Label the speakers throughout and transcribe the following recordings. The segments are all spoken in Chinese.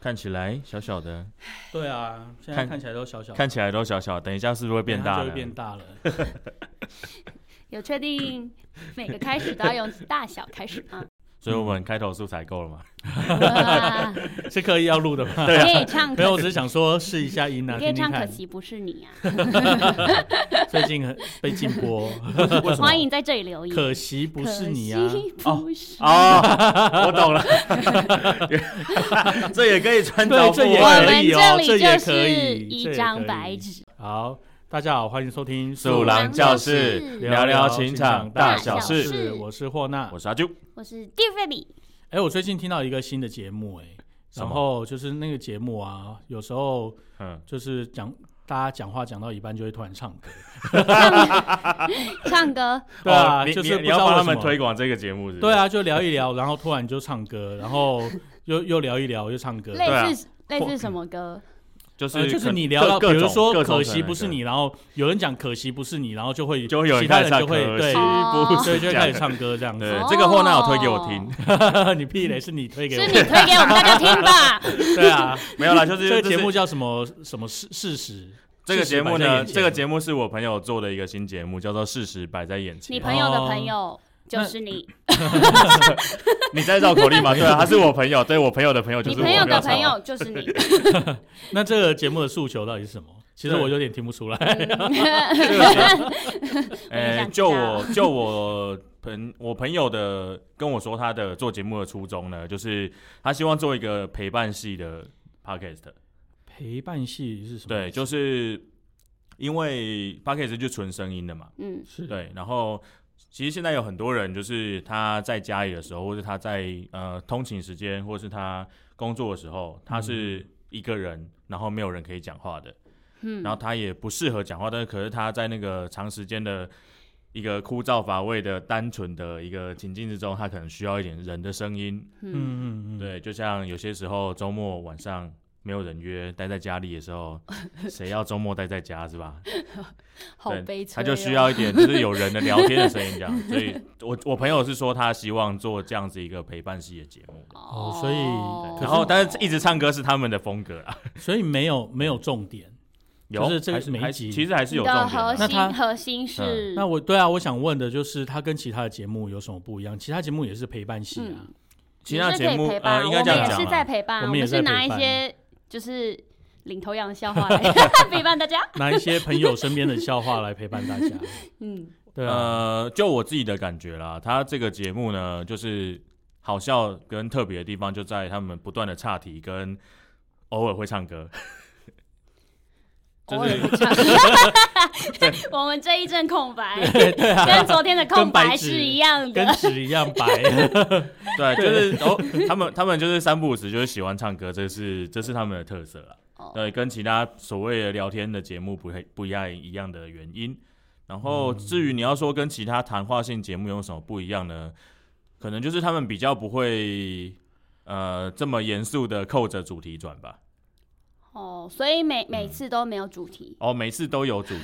Speaker 1: 看起来小小的，
Speaker 2: 对啊，现在
Speaker 1: 看
Speaker 2: 看起来都小小的，
Speaker 1: 看起来都小小，等一下是不是会变
Speaker 2: 等一下
Speaker 1: 大
Speaker 2: 就
Speaker 1: 了
Speaker 2: 会？变大了。
Speaker 3: 有确定每个开始都要用大小开始 吗？
Speaker 1: 所以我们开头素材够了嘛？
Speaker 3: 哇
Speaker 2: 是刻意要录的 吗？
Speaker 3: 你啊可以唱
Speaker 2: 没有，我
Speaker 3: 可，
Speaker 2: 只是想说试一下音啊，
Speaker 3: 你可以
Speaker 2: 听听
Speaker 3: 唱可
Speaker 2: 看。
Speaker 3: 惜不是你啊！
Speaker 2: 最近很被禁播，
Speaker 1: 为什么
Speaker 3: 欢迎在这里留言。
Speaker 2: 可惜不是你啊。哦
Speaker 3: 可惜不是
Speaker 2: 嗯
Speaker 1: 哦，我懂了， 这也可以穿啊
Speaker 2: 对
Speaker 1: 凿
Speaker 2: 这
Speaker 1: 附
Speaker 2: 也
Speaker 3: 我
Speaker 1: 会
Speaker 2: 可
Speaker 3: 们
Speaker 2: 以哦
Speaker 3: 里
Speaker 2: 这也
Speaker 3: 就
Speaker 2: 可
Speaker 3: 是
Speaker 2: 以这
Speaker 3: 一
Speaker 2: 也可
Speaker 3: 张
Speaker 2: 以
Speaker 3: 白纸，
Speaker 2: 好，大家好，欢迎收听《
Speaker 1: 鼠狼教室聊聊情场
Speaker 3: 大小事
Speaker 2: 我是霍娜。
Speaker 1: 我是阿啾，
Speaker 3: 我是 d i f f a n y
Speaker 2: 哎，我最近听到一个新的节目，哎，
Speaker 1: 什么
Speaker 2: 然后就是那个节目啊，有时候
Speaker 1: 嗯，
Speaker 2: 就是讲。大家讲话讲到一半就会突然唱歌，
Speaker 3: 唱歌，
Speaker 2: 对啊，
Speaker 1: 哦你
Speaker 2: 就是
Speaker 1: 你
Speaker 2: 不
Speaker 1: 你
Speaker 2: 知
Speaker 1: 要
Speaker 2: 道
Speaker 1: 帮
Speaker 2: 为
Speaker 1: 他
Speaker 2: 什
Speaker 1: 们
Speaker 2: 么
Speaker 1: 推广这个节目是不是？
Speaker 2: 对，啊，就聊一聊，然后突然就唱歌，然后又又聊一聊又唱歌，
Speaker 3: 类
Speaker 1: 对啊
Speaker 3: 似类似什么歌？
Speaker 1: 就是、
Speaker 2: 呃就是你聊到，比如说可惜不是你，然后有人讲可惜不是你，然后就会
Speaker 1: 就会有人
Speaker 2: 其他
Speaker 1: 开始
Speaker 2: 人
Speaker 1: 唱
Speaker 2: 就会
Speaker 1: 可惜
Speaker 2: 对
Speaker 3: 哦
Speaker 1: 不
Speaker 2: 对
Speaker 1: 是
Speaker 2: 就
Speaker 1: 这
Speaker 2: 会
Speaker 1: 样
Speaker 2: 开始唱歌这样子。
Speaker 1: 对
Speaker 3: 哦，
Speaker 1: 这个货那有推给我
Speaker 2: 哦
Speaker 1: 听，
Speaker 2: 你屁嘞，是你推给我
Speaker 3: 是你推给我们大家听吧？
Speaker 2: 对啊，
Speaker 1: 没有啦，就是
Speaker 2: 这个节目
Speaker 1: 是
Speaker 2: 叫什么什么事事实？
Speaker 1: 这个
Speaker 2: 事实
Speaker 1: 节目
Speaker 2: 摆在
Speaker 1: 呢，
Speaker 2: 眼前
Speaker 1: 这个节目是我朋友做的一个新节目，叫做《事实摆在眼前
Speaker 3: 你》。朋友的朋
Speaker 2: 哦
Speaker 3: 友就
Speaker 2: 那
Speaker 3: 是你，
Speaker 1: 你在绕口令 吗？对啊，他是我朋友，对我朋友的朋友就
Speaker 3: 你
Speaker 1: 是
Speaker 3: 朋
Speaker 1: 我
Speaker 3: 友的
Speaker 1: 操
Speaker 3: 朋友就是你。
Speaker 2: 那这个节目的诉求到底是什么？其实我有点听不出来。
Speaker 3: 嗯
Speaker 1: 这个节
Speaker 3: 我也
Speaker 1: 呃，
Speaker 3: 想知
Speaker 1: 就
Speaker 3: 道
Speaker 1: 我就我朋我朋友的跟我说，他的做节目的初衷呢，就是他希望做一个陪伴系的 podcast。
Speaker 2: 陪伴戏是什么？
Speaker 1: 对，就是因为 podcast 就纯声音的嘛，
Speaker 3: 嗯，
Speaker 2: 是，
Speaker 1: 对。然后其实现在有很多人，就是他在家里的时候，或者他在呃通勤时间，或是他工作的时候，他是一个人，然后没有人可以讲话的。
Speaker 3: 嗯
Speaker 1: 然后他也不适合讲话，但是可是他在那个长时间的一个枯燥乏味的单纯的一个情境之中，他可能需要一点人的声音。
Speaker 3: 嗯，
Speaker 2: 嗯嗯嗯，
Speaker 1: 对，就像有些时候周末晚上没有人约，待在家里的时候，谁要周末待在家是吧？
Speaker 3: 好
Speaker 1: 对
Speaker 3: 悲催哦。
Speaker 1: 他就需要一点就是有人的聊天的声音这样。所 以我我朋友是说他希望做这样子一个陪伴系的节目。
Speaker 2: 哦所以
Speaker 3: 哦
Speaker 2: 可是
Speaker 1: 然后，但是一直唱歌是他们的风格啊，
Speaker 2: 所以没有没有重点。
Speaker 1: 有
Speaker 2: 就是这个
Speaker 1: 还是
Speaker 2: 每一
Speaker 1: 还是
Speaker 2: 集
Speaker 1: 其实还是
Speaker 3: 你
Speaker 1: 有重
Speaker 3: 的
Speaker 1: 点啊
Speaker 3: 核
Speaker 1: 的。
Speaker 2: 那他嗯
Speaker 3: 心核心
Speaker 1: 嗯
Speaker 3: 是
Speaker 2: 那我对啊，我想问的就是它跟其他的节目有什么不一样？其他节目也是陪伴戏
Speaker 1: 嗯
Speaker 2: 啊，
Speaker 1: 其他
Speaker 3: 嗯你是
Speaker 1: 节目
Speaker 3: 可以陪伴
Speaker 1: 呃，应该这样
Speaker 3: 我们也
Speaker 1: 讲
Speaker 3: 是
Speaker 1: 啊
Speaker 3: 在陪伴，
Speaker 2: 我
Speaker 3: 我
Speaker 2: 们也
Speaker 3: 们
Speaker 2: 在
Speaker 3: 是拿
Speaker 2: 陪
Speaker 3: 一
Speaker 2: 伴啊
Speaker 3: 些就是领头羊的 笑话来陪伴大家。
Speaker 2: 拿一些朋友身边的笑话来陪伴大 家。
Speaker 3: 嗯，
Speaker 2: 对啊，
Speaker 1: 呃，就我自己的感觉啦，他这个节目呢，就是好笑跟特别的地方就在他们不断的岔题，跟偶尔会唱歌。
Speaker 3: 偶
Speaker 1: 就
Speaker 3: 尔
Speaker 1: 是
Speaker 3: 会唱。 我们这一阵 空白，跟昨天的空
Speaker 2: 啊跟白
Speaker 3: 白
Speaker 2: 纸
Speaker 3: 是一样
Speaker 2: 跟
Speaker 3: 的。
Speaker 2: 纸一样白。
Speaker 1: 对，就是偶、他们他们就是三不五时就是喜欢唱歌，这是这是他们的特色啦。
Speaker 3: 哦
Speaker 1: 对，跟其他所谓的聊天的节目不太不一样一样的原因。然
Speaker 3: 嗯
Speaker 1: 后至于你要说跟其他谈话性节目有什么不一样呢？可能就是他们比较不会呃这么严肃的扣着主题转吧。
Speaker 3: 哦，所以每每次都没有主题。
Speaker 1: 哦，每次都有主题，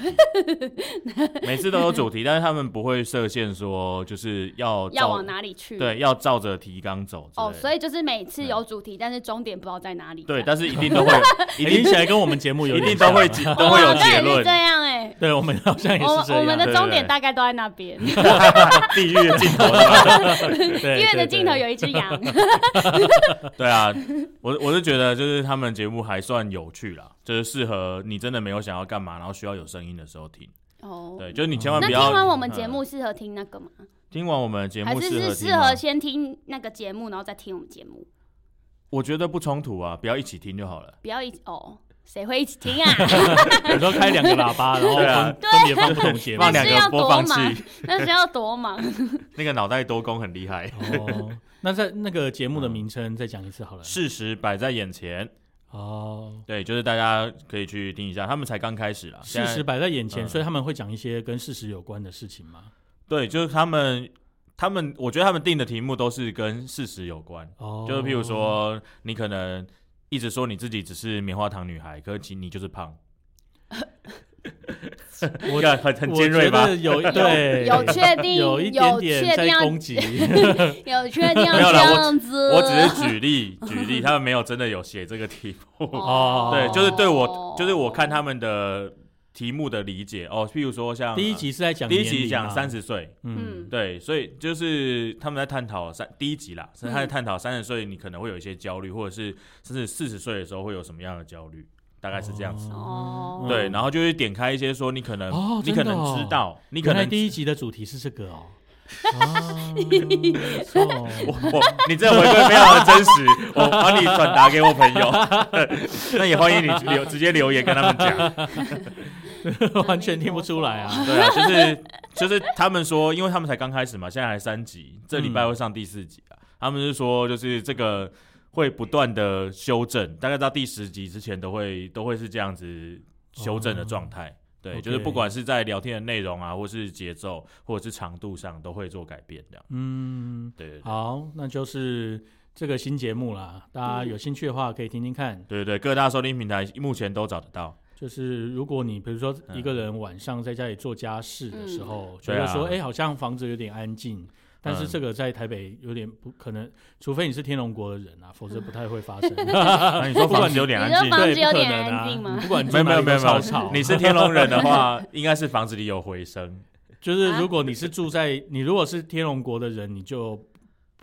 Speaker 1: 每次都有主题，但是他们不会设限说就是
Speaker 2: 嗯
Speaker 1: 要
Speaker 3: 要
Speaker 1: 照
Speaker 3: 往哪里去？
Speaker 1: 对要照着提纲走之类
Speaker 3: 哦，
Speaker 1: 的
Speaker 3: 所以就是每次有主题，但是终点不知道在哪里。
Speaker 1: 对，
Speaker 3: 这样
Speaker 1: 但是一定 都会有， 一
Speaker 2: 听
Speaker 1: 定
Speaker 2: 起来跟我们节目有
Speaker 1: 一
Speaker 2: 点
Speaker 1: 定都会
Speaker 2: 像
Speaker 1: 结
Speaker 2: 啊
Speaker 1: 都会有
Speaker 3: 哇哦那
Speaker 1: 结
Speaker 3: 也是
Speaker 1: 论
Speaker 3: 这，样哎。
Speaker 2: 对我们好像也
Speaker 3: 我
Speaker 2: 是
Speaker 3: 我
Speaker 2: 这
Speaker 3: 们
Speaker 2: 样。
Speaker 3: 的
Speaker 1: 对
Speaker 3: 终
Speaker 1: 对
Speaker 3: 点
Speaker 1: 对
Speaker 3: 大概都在那 边，因
Speaker 1: 地狱的 尽头是吧
Speaker 2: 对
Speaker 3: 为
Speaker 2: 对
Speaker 3: 的尽头
Speaker 2: 对
Speaker 3: 有一只羊。
Speaker 1: 对啊，我我是觉得就是他们节目还算有趣啦，就是适合你真的没有想要干嘛，然后需要有声音的时候听。
Speaker 3: 哦，
Speaker 1: 对，就是你千万
Speaker 3: 那
Speaker 1: 不
Speaker 3: 听
Speaker 1: 要
Speaker 3: 完我们节
Speaker 1: 嗯
Speaker 3: 目适合听那个吗？
Speaker 1: 听完我嗯们节
Speaker 3: 还
Speaker 1: 目
Speaker 3: 是
Speaker 1: 适合
Speaker 3: 是适
Speaker 1: 听啊
Speaker 3: 合
Speaker 1: 吗，
Speaker 3: 先听那个节目，然后再听我们节目？
Speaker 1: 我觉得不冲突啊，不要一起听就好了。
Speaker 3: 不要一起哦，谁会一起听啊？
Speaker 2: 有时候开两个喇叭，然后
Speaker 1: 对啊
Speaker 2: 分分别放不同节目
Speaker 1: 放。两
Speaker 3: 是要
Speaker 1: 个播
Speaker 3: 多
Speaker 1: 放
Speaker 3: 忙
Speaker 1: 器，
Speaker 3: 那是要 多忙？
Speaker 1: 那个脑袋多功很厉害。
Speaker 2: 哦，那在那个节目的名称再讲一次好了。
Speaker 1: 事实摆在眼前，
Speaker 2: 哦，
Speaker 1: 对，就是大家可以去听一下，他们才刚开始啦。
Speaker 2: 事实
Speaker 1: 现在
Speaker 2: 摆在眼前，
Speaker 1: 嗯
Speaker 2: 所以他们会讲一些跟事实有关的事情吗？
Speaker 1: 对，就是他们，他们，我觉得他们定的题目都是跟事实有关，
Speaker 2: 哦，
Speaker 1: 就是譬如，说，你可能一直说你自己只是棉花糖女孩，可是其实你就是胖。
Speaker 2: 我
Speaker 1: 看很很尖锐吧
Speaker 2: 我觉得 有对，
Speaker 3: 有确定
Speaker 2: 有一点点
Speaker 3: 确定
Speaker 2: 在
Speaker 3: 要
Speaker 2: 攻击，
Speaker 3: 有确定要
Speaker 1: 没有
Speaker 3: 这
Speaker 1: 啦我
Speaker 3: 样子？
Speaker 1: 我只是举例举例，他们没有真的有写这个题目。
Speaker 2: 哦
Speaker 1: 对，就是对我，就是我看他们的题目的理解哦，譬如说像
Speaker 2: 第一集是在讲
Speaker 1: 第一
Speaker 2: 年
Speaker 1: 集
Speaker 2: 龄
Speaker 1: 讲
Speaker 2: 嘛
Speaker 1: 三，十岁，
Speaker 2: 嗯
Speaker 3: 嗯，
Speaker 1: 对，所以就是他们在探讨三第一集啦，是他
Speaker 2: 嗯
Speaker 1: 在探讨三十岁你可能会有一些焦虑，或者是甚至四十岁的时候会有什么样的焦虑，大概是这样子。
Speaker 3: 哦，
Speaker 1: 对，
Speaker 2: 嗯
Speaker 1: 然后就会点开一些说你可能、
Speaker 2: 哦
Speaker 1: 你
Speaker 2: 真
Speaker 1: 可
Speaker 2: 的
Speaker 1: 能
Speaker 2: 哦
Speaker 1: 知道，你
Speaker 2: 你
Speaker 1: 可
Speaker 2: 可
Speaker 1: 能
Speaker 2: 能第一集的主题是这 个哦。啊，是哦
Speaker 1: 我我你这个回馈非常的真实，我帮你转达给我朋友。 那也欢迎你留直接留言跟他们讲。
Speaker 2: 完全听不出来 啊！
Speaker 1: 对啊，就是就是他们说，因为他们才刚开始嘛，现在还三集，这礼拜会上第四集啊。他们是说，就是这个会不断的修正，大概到第十集之前都会都会是这样子修正的状态。对，
Speaker 2: OK
Speaker 1: 就是不管是在聊天的内容啊，或是节奏，或者是长度上，都会做改变这样。
Speaker 2: 嗯，
Speaker 1: 对对对
Speaker 2: 好，那就是这个新节目啦，大家有兴趣的话可以听听看。
Speaker 1: 对对，各大收听平台目前都找得到。
Speaker 2: 就是如果你比如说一个人晚上在家里做家事的
Speaker 3: 嗯
Speaker 2: 时候，觉
Speaker 1: 嗯对
Speaker 2: 得
Speaker 1: 啊
Speaker 2: 说哎、诶好像房子有点安静，但是
Speaker 1: 嗯
Speaker 2: 这个在台北有点不可能，除非你是天龙国的人啊，否则不太会 发生。
Speaker 1: 那你说房子有点
Speaker 3: 你
Speaker 1: 安
Speaker 3: 这
Speaker 1: 静，
Speaker 3: 房
Speaker 2: 对
Speaker 3: 子
Speaker 2: 不
Speaker 3: 有
Speaker 2: 可
Speaker 3: 点
Speaker 2: 能啊
Speaker 3: 安静吗
Speaker 2: 你？不管你住
Speaker 1: 没有没有
Speaker 2: 哪
Speaker 1: 没有没
Speaker 2: 里都超
Speaker 1: 有
Speaker 2: 吵，
Speaker 1: 你是天龙人的话，应该是房子里有回声，
Speaker 2: 就是
Speaker 3: 啊
Speaker 2: 如果你是住在你如果是天龙国的人，你就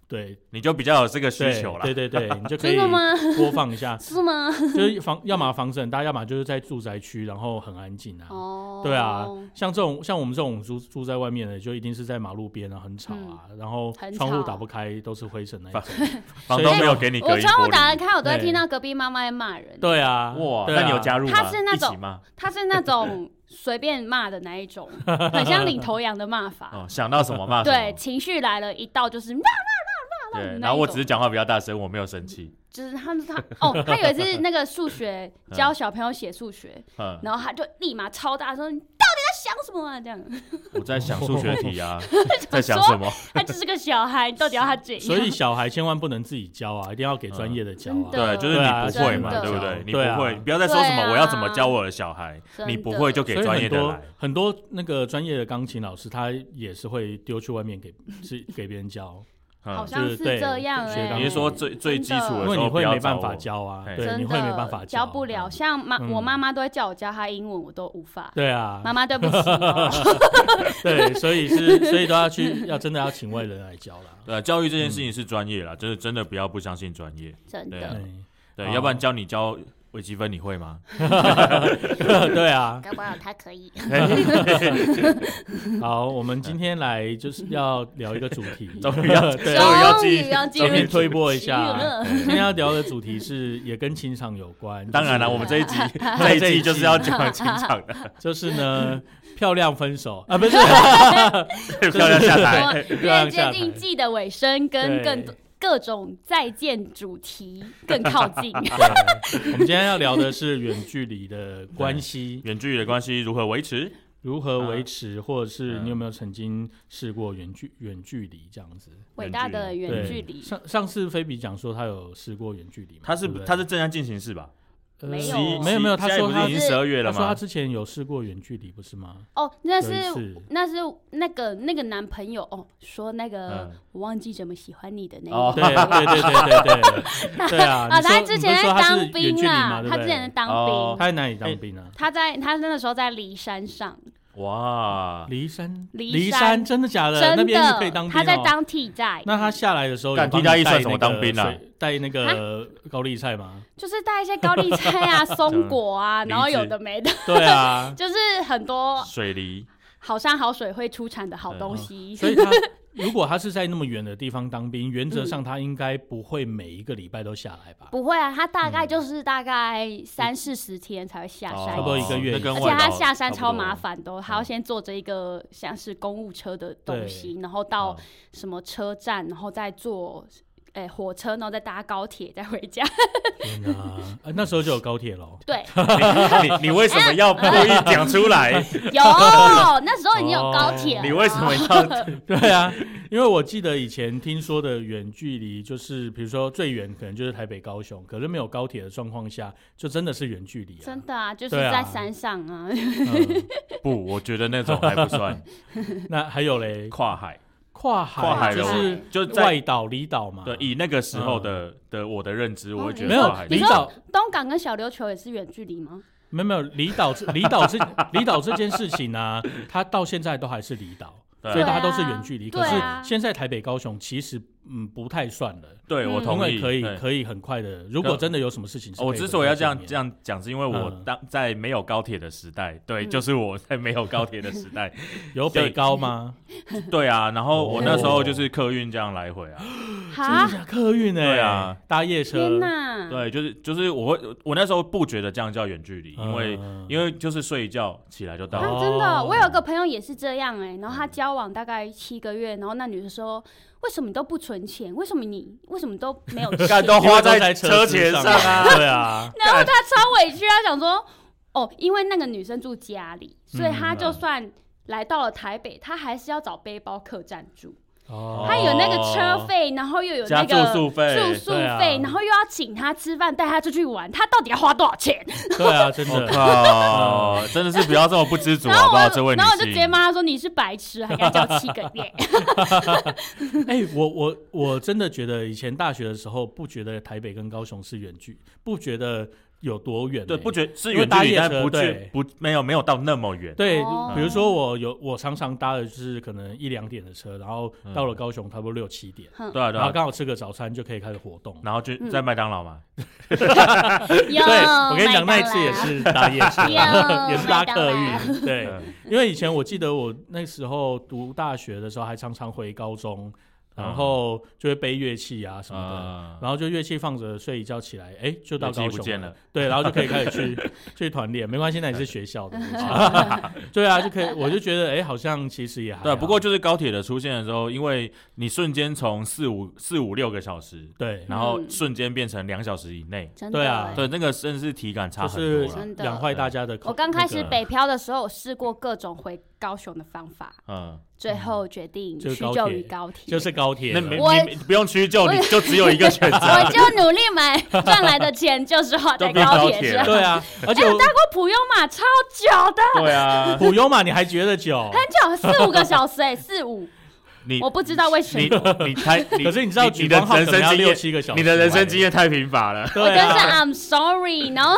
Speaker 2: 对
Speaker 1: 你就比较有这个需
Speaker 2: 对
Speaker 1: 求啦
Speaker 2: 对。对对，你就可
Speaker 3: 真
Speaker 2: 以
Speaker 3: 的吗？，
Speaker 2: 播放一下
Speaker 3: 是吗？
Speaker 2: 就是房要么房子很大，要么就是在住宅区，然后很安静啊。
Speaker 3: 哦，
Speaker 2: 对啊，像这种像我们这种住住在外面的，就一定是在马路边啊，很吵啊，
Speaker 3: 嗯
Speaker 2: 然后
Speaker 3: 很
Speaker 2: 窗户
Speaker 3: 吵
Speaker 2: 打不开，都是灰尘那一
Speaker 1: 反
Speaker 2: 种。
Speaker 1: 房东没有给你隔
Speaker 3: 我
Speaker 1: 音
Speaker 3: 窗户
Speaker 1: 玻
Speaker 3: 打
Speaker 1: 璃。
Speaker 3: 得开，我都会
Speaker 2: 对
Speaker 3: 听到隔壁妈妈在骂人。
Speaker 2: 对啊，
Speaker 1: 哇，
Speaker 2: 对啊
Speaker 1: 那你有加入吗？
Speaker 3: 他是那
Speaker 1: 一
Speaker 3: 种
Speaker 1: 起吗？
Speaker 3: 他是 那种随便骂的那一种，很像领头羊的骂法。
Speaker 1: 哦，想到什么骂什么
Speaker 3: 对，。情绪来了，一到就是，嗯那
Speaker 1: 对，
Speaker 3: 种
Speaker 1: 然后我只是讲话比较大声，我没有生气。
Speaker 3: 就是他们他哦，他有一次那个 数学
Speaker 2: 嗯
Speaker 3: 教小朋友写数学，
Speaker 1: 嗯，
Speaker 3: 然后他就立马超大声，你到底在想什么啊？这样，
Speaker 1: 我在想数学题啊，在
Speaker 3: 我
Speaker 1: 想
Speaker 3: 想
Speaker 1: 什
Speaker 3: 说
Speaker 1: 么？
Speaker 3: 他就是个小孩，你到底要他怎样？
Speaker 2: 所以小孩千万不能自己教啊，一定要给专业的教
Speaker 3: 嗯真
Speaker 2: 啊。
Speaker 3: 的
Speaker 1: 对，就是你不会嘛，
Speaker 3: 真的
Speaker 1: 对不对？你不
Speaker 2: 对啊
Speaker 1: 会，你不要再说什
Speaker 3: 对
Speaker 1: 么
Speaker 3: 啊
Speaker 1: 我要怎么教我的小孩，
Speaker 3: 真的
Speaker 1: 你不会就给
Speaker 2: 所以
Speaker 1: 专
Speaker 2: 很
Speaker 1: 业的
Speaker 2: 多
Speaker 1: 来。
Speaker 2: 很多那个专业的钢琴老师，他也是会丢去外面给是给别 人教，
Speaker 3: 好
Speaker 1: 嗯，
Speaker 3: 像
Speaker 2: 就是
Speaker 3: 是
Speaker 2: 对
Speaker 3: 这样
Speaker 2: 学
Speaker 3: 哎、
Speaker 2: 钢
Speaker 1: 你是
Speaker 2: 琴
Speaker 1: 说最最基础
Speaker 2: 因
Speaker 1: 的
Speaker 2: 为
Speaker 1: 时
Speaker 2: 你
Speaker 1: 候不
Speaker 2: 会
Speaker 1: 要
Speaker 2: 没
Speaker 1: 找
Speaker 2: 办法
Speaker 1: 我？
Speaker 2: 教啊，
Speaker 1: 嘿
Speaker 2: 对，
Speaker 3: 真
Speaker 2: 你
Speaker 3: 的
Speaker 2: 会没办法啊
Speaker 3: 教不了。像妈，
Speaker 2: 嗯
Speaker 3: 我妈妈都会叫我教她英文，我都无法。
Speaker 2: 对啊，
Speaker 3: 妈妈 对不起哦、
Speaker 2: 对，所以是所以都要去要真的要请外人来教啦。
Speaker 1: 对，教育这件事情是专业啦，就是真的不要不相信专业。
Speaker 3: 真
Speaker 1: 对啊
Speaker 3: 的。
Speaker 2: 对
Speaker 1: 对，
Speaker 2: 好
Speaker 1: 要不然教你教微积分，你会 吗？
Speaker 2: 对 啊，
Speaker 3: 搞不好她可以。
Speaker 2: 好，我们今天来就是要聊一个主题，
Speaker 1: 终于要 终
Speaker 2: 对，
Speaker 1: 于要进
Speaker 3: 终于要进
Speaker 2: 终
Speaker 3: 入
Speaker 2: 于推
Speaker 3: 主
Speaker 2: 播一
Speaker 3: 题
Speaker 2: 下
Speaker 3: 了。
Speaker 2: 今天要聊的主题是也跟情场有关，
Speaker 1: 当然了，我们这一 集这一
Speaker 2: 这一
Speaker 1: 季
Speaker 2: 集
Speaker 1: 就是要讲情场的，
Speaker 2: 就是 呢漂亮分手啊，不是
Speaker 1: 漂亮下台。
Speaker 3: 我
Speaker 2: 对啊
Speaker 3: 越接近季的尾声，跟
Speaker 2: 对
Speaker 3: 更各种再见主题更靠 近。
Speaker 2: 对我们今天要聊的是远距离的关系
Speaker 1: 远距离的关系如何维持？
Speaker 2: 如何维持，或者是
Speaker 1: 嗯
Speaker 2: 你有没有曾经试过远距远距离这样子？
Speaker 3: 伟大的远
Speaker 2: 对
Speaker 3: 距离，
Speaker 2: 上上次菲比讲说她有试过远距离嘛，
Speaker 1: 他是
Speaker 2: 对不对
Speaker 1: 他是正在进行式吧？
Speaker 2: 呃
Speaker 3: 没
Speaker 1: 十
Speaker 3: 有
Speaker 1: 一
Speaker 2: 没有没有，
Speaker 1: 十一
Speaker 2: 她
Speaker 1: 现在
Speaker 2: 说
Speaker 1: 不是
Speaker 2: 她
Speaker 1: 已经十二月
Speaker 2: 她
Speaker 1: 了
Speaker 2: 说她
Speaker 1: 吗？
Speaker 2: 之前有试过远距离，不是吗？
Speaker 3: 哦，那
Speaker 2: 有一
Speaker 3: 是
Speaker 2: 次
Speaker 3: 那是那个那个男朋友哦，说那个
Speaker 1: 嗯
Speaker 3: 我忘记怎么喜欢你的那
Speaker 1: 哦
Speaker 3: 一
Speaker 2: 对
Speaker 3: 个。
Speaker 2: 对对对对对，对 啊！
Speaker 3: 啊，
Speaker 2: 你说
Speaker 3: 他之前在当
Speaker 2: 你
Speaker 3: 兵啦，
Speaker 2: 不是说他是远距离嘛对不对
Speaker 3: 他之前在当
Speaker 1: 哦
Speaker 3: 兵，
Speaker 2: 他在哪里当兵啊？
Speaker 3: 他在他那时候在骊山上，
Speaker 1: 哇，
Speaker 2: 骊山，
Speaker 3: 哎骊
Speaker 2: 骊
Speaker 3: 山
Speaker 2: 山真的假的？那
Speaker 3: 真
Speaker 2: 边是可以当
Speaker 3: 的，
Speaker 2: 兵、哦。
Speaker 3: 他在。当替代，
Speaker 2: 那他下来的时候有
Speaker 1: 干
Speaker 2: 帮你
Speaker 1: 替代
Speaker 2: 带
Speaker 1: 役
Speaker 2: 那
Speaker 1: 算
Speaker 2: 个
Speaker 1: 什么当兵啊
Speaker 2: 水？带那
Speaker 3: 啊
Speaker 2: 个高丽菜 吗？
Speaker 3: 就是带一些高丽菜 啊、松果啊，然后有的没的，，
Speaker 2: 对啊
Speaker 3: 就是很多
Speaker 1: 水梨
Speaker 3: 好山好水会出产的好东西。
Speaker 2: 嗯所以 他如果他是在那么远的地方当兵，原则上他应该不会每一个礼拜都下来吧？
Speaker 3: 不会啊，他大概就是大概三四十天才会下
Speaker 2: 差
Speaker 3: 山
Speaker 2: 不多
Speaker 3: 一
Speaker 2: 一
Speaker 3: 次，
Speaker 2: 个月
Speaker 1: 哦那跟
Speaker 3: 而
Speaker 1: 外
Speaker 3: 且
Speaker 1: 劳
Speaker 3: 他下山
Speaker 1: 差不
Speaker 3: 超
Speaker 1: 多
Speaker 3: 麻烦的哦，他要先坐着一个像是公务车的东西，然后到
Speaker 1: 嗯
Speaker 3: 什么车站，然后再坐哎、火车，然后再搭高铁再回家。
Speaker 2: 天哪、啊那时候就有高铁了。
Speaker 3: 对，
Speaker 1: 哦你你你为什么要故意讲出 来？
Speaker 3: 有那时候已经有高铁了、
Speaker 1: 你为什么要？
Speaker 2: 对啊，因为我记得以前听说的远距离，就是比如说最远可能就是台北、高雄，可是没有高铁的状况下，就真的是远距离啊。
Speaker 3: 真的啊，就是
Speaker 2: 对啊
Speaker 3: 在山上啊，
Speaker 2: 嗯
Speaker 1: 不，我觉得那种还不算
Speaker 2: 那还有嘞，
Speaker 1: 跨海，
Speaker 2: 跨海
Speaker 1: 跨海
Speaker 2: 就
Speaker 1: 容
Speaker 2: 是
Speaker 1: 就在
Speaker 2: 外岛、离岛嘛。
Speaker 1: 对以那个时候的的我的认知，我会觉
Speaker 2: 没
Speaker 1: 得
Speaker 2: 有
Speaker 1: 跨海
Speaker 2: 离
Speaker 3: 你说
Speaker 2: 岛，
Speaker 3: 东港跟小琉球也是远距离吗？
Speaker 2: 没有没有离岛这，离岛这离岛这件事情呢、它到现在都还是离岛，
Speaker 1: 对啊
Speaker 2: 所以大家都是远距离。
Speaker 3: 对
Speaker 2: 可
Speaker 3: 啊
Speaker 2: 是
Speaker 3: 对啊
Speaker 2: 现在台北、高雄其实嗯不太算了，
Speaker 1: 对我
Speaker 3: 嗯
Speaker 2: 因
Speaker 1: 同
Speaker 2: 为
Speaker 1: 意，
Speaker 2: 可以
Speaker 1: 对
Speaker 2: 可以很快的。如果真的有什么事情是可以
Speaker 1: 哦我
Speaker 2: 回
Speaker 1: 之
Speaker 2: 到
Speaker 1: 所以要这
Speaker 2: 上
Speaker 1: 样
Speaker 2: 面
Speaker 1: 这，样讲，是因为我
Speaker 2: 嗯
Speaker 1: 当在没有高铁的时代，对，
Speaker 3: 嗯
Speaker 1: 就是我在没有高铁的时 代，
Speaker 2: 有北高吗？
Speaker 1: 对啊。然后我那时候
Speaker 2: 哦
Speaker 1: 就是客运这样来回啊，
Speaker 3: 嗯哈，
Speaker 2: 真的假客运呢、
Speaker 1: 对啊，
Speaker 2: 搭夜车
Speaker 3: 天，哪！
Speaker 1: 对，就是就是我会我那时候不觉得这样叫远距离，
Speaker 2: 嗯
Speaker 1: 因为因为就是睡一觉起来就到
Speaker 3: 啊
Speaker 1: 了。
Speaker 3: 真的，
Speaker 2: 哦
Speaker 3: 我有个朋友也是这样哎、然后他交往大概七个月，然后那女的说：“为什么你都不存钱？为什么你为什么都没有钱？”
Speaker 1: 干都
Speaker 2: 因为
Speaker 1: 花
Speaker 2: 都在
Speaker 1: 车
Speaker 2: 资
Speaker 1: 钱
Speaker 2: 上
Speaker 1: 啊，
Speaker 2: 啊，对啊，
Speaker 3: 然后他超委屈，他想说：“哦，因为那个女生住家里，所以
Speaker 2: 嗯
Speaker 3: 他就算来到了台北，他还是要找背包客栈住。
Speaker 2: 哦
Speaker 3: 他有那个车费，然后又有
Speaker 1: 加
Speaker 3: 那
Speaker 1: 住
Speaker 3: 个
Speaker 1: 宿费，
Speaker 3: 住宿
Speaker 2: 对啊
Speaker 3: 费，然后又要请他吃饭，带他出去玩，他到底要花多少钱？”
Speaker 2: 对啊，真
Speaker 1: 我
Speaker 2: 的。
Speaker 1: 靠，真的是不要这么不知足
Speaker 3: 然后
Speaker 1: 好不好？
Speaker 3: 我
Speaker 1: 这位女
Speaker 3: 然后我就直接
Speaker 1: 性，
Speaker 3: 骂他说：“你是白痴，还敢交七个 月？”
Speaker 2: 哎、我我我真的觉得以前大学的时候，不觉得台北跟高雄是远距，不觉得有多远、
Speaker 1: 对，不
Speaker 2: 觉
Speaker 1: 觉是
Speaker 2: 因为
Speaker 1: 远距离，
Speaker 2: 搭夜
Speaker 1: 但
Speaker 2: 车
Speaker 1: 不觉
Speaker 2: 对
Speaker 1: 不没有没有到那么远，
Speaker 2: 对
Speaker 3: 哦，
Speaker 2: 比如说我有我常常搭的就是可能一两点的车，然后到了高雄差不多六七点，
Speaker 1: 对啊对
Speaker 2: 然后
Speaker 1: 啊。
Speaker 2: 刚好吃个早餐就可以开始活动。
Speaker 1: 然后就
Speaker 3: 嗯
Speaker 1: 在麦当劳嘛，
Speaker 3: 对
Speaker 2: 对，我跟你讲，那一次也是搭夜车，
Speaker 3: 哟
Speaker 2: 也是搭
Speaker 3: 麦当
Speaker 2: 客
Speaker 3: 劳
Speaker 2: 运。对，
Speaker 1: 嗯
Speaker 2: 因为以前我记得我那时候读大学的时候，还常常回高中，然后就会背乐器啊什么的。
Speaker 1: 啊
Speaker 2: 然后就乐器放着，睡一觉起来，哎，就到
Speaker 1: 乐器
Speaker 2: 高
Speaker 1: 不
Speaker 2: 雄
Speaker 1: 见了
Speaker 2: 了，对，然后就可以开 始去去团练，没关系，那你是学校的，没差 对啊，就可以，我就觉得，哎，好像其实也还好，
Speaker 1: 对，不过就是高铁的出现的时候，因为你瞬间从四五四五六个小时，
Speaker 2: 对，
Speaker 1: 然后
Speaker 3: 嗯
Speaker 1: 瞬间变成两小时以内，
Speaker 3: 真的
Speaker 2: 对啊
Speaker 3: 欸
Speaker 1: 对，那个真的是体感差
Speaker 2: 就
Speaker 1: 很多
Speaker 2: 是
Speaker 1: 了。
Speaker 3: 真的
Speaker 2: 养坏大家的口。
Speaker 3: 我刚开始
Speaker 2: 那个
Speaker 3: 北漂的时候，我试过各种回高雄的方法，
Speaker 1: 嗯，
Speaker 3: 最后决定
Speaker 2: 嗯就是
Speaker 3: 屈
Speaker 2: 高
Speaker 3: 就
Speaker 2: 铁
Speaker 3: 于高铁。
Speaker 2: 就是高铁
Speaker 1: 那
Speaker 2: 了，
Speaker 1: 没
Speaker 3: 我
Speaker 1: 你不用屈就，
Speaker 3: 我
Speaker 1: 你就只有一个选 择。
Speaker 3: 我就努力买赚来的钱，就是花在
Speaker 1: 就变高
Speaker 3: 高
Speaker 1: 铁
Speaker 3: 铁上。
Speaker 1: 了
Speaker 2: 对 啊，而且我
Speaker 3: 我普悠玛超久的，
Speaker 1: 对啊，
Speaker 2: 普悠玛你还觉得久？
Speaker 3: 很久，四五个小 时哎，四五，
Speaker 1: 你
Speaker 3: 我不知道为什
Speaker 1: 你
Speaker 3: 么。
Speaker 1: 你太，可
Speaker 2: 可是你知道
Speaker 1: 你
Speaker 2: 举
Speaker 1: 的
Speaker 2: 光号
Speaker 1: 人
Speaker 2: 可能
Speaker 1: 生
Speaker 2: 要
Speaker 1: 经
Speaker 2: 六
Speaker 1: 验，
Speaker 2: 七个小时，
Speaker 1: 你的人生经，验太贫乏了。
Speaker 3: 我
Speaker 2: 对
Speaker 3: 真是
Speaker 2: 啊，
Speaker 3: I'm sorry，然后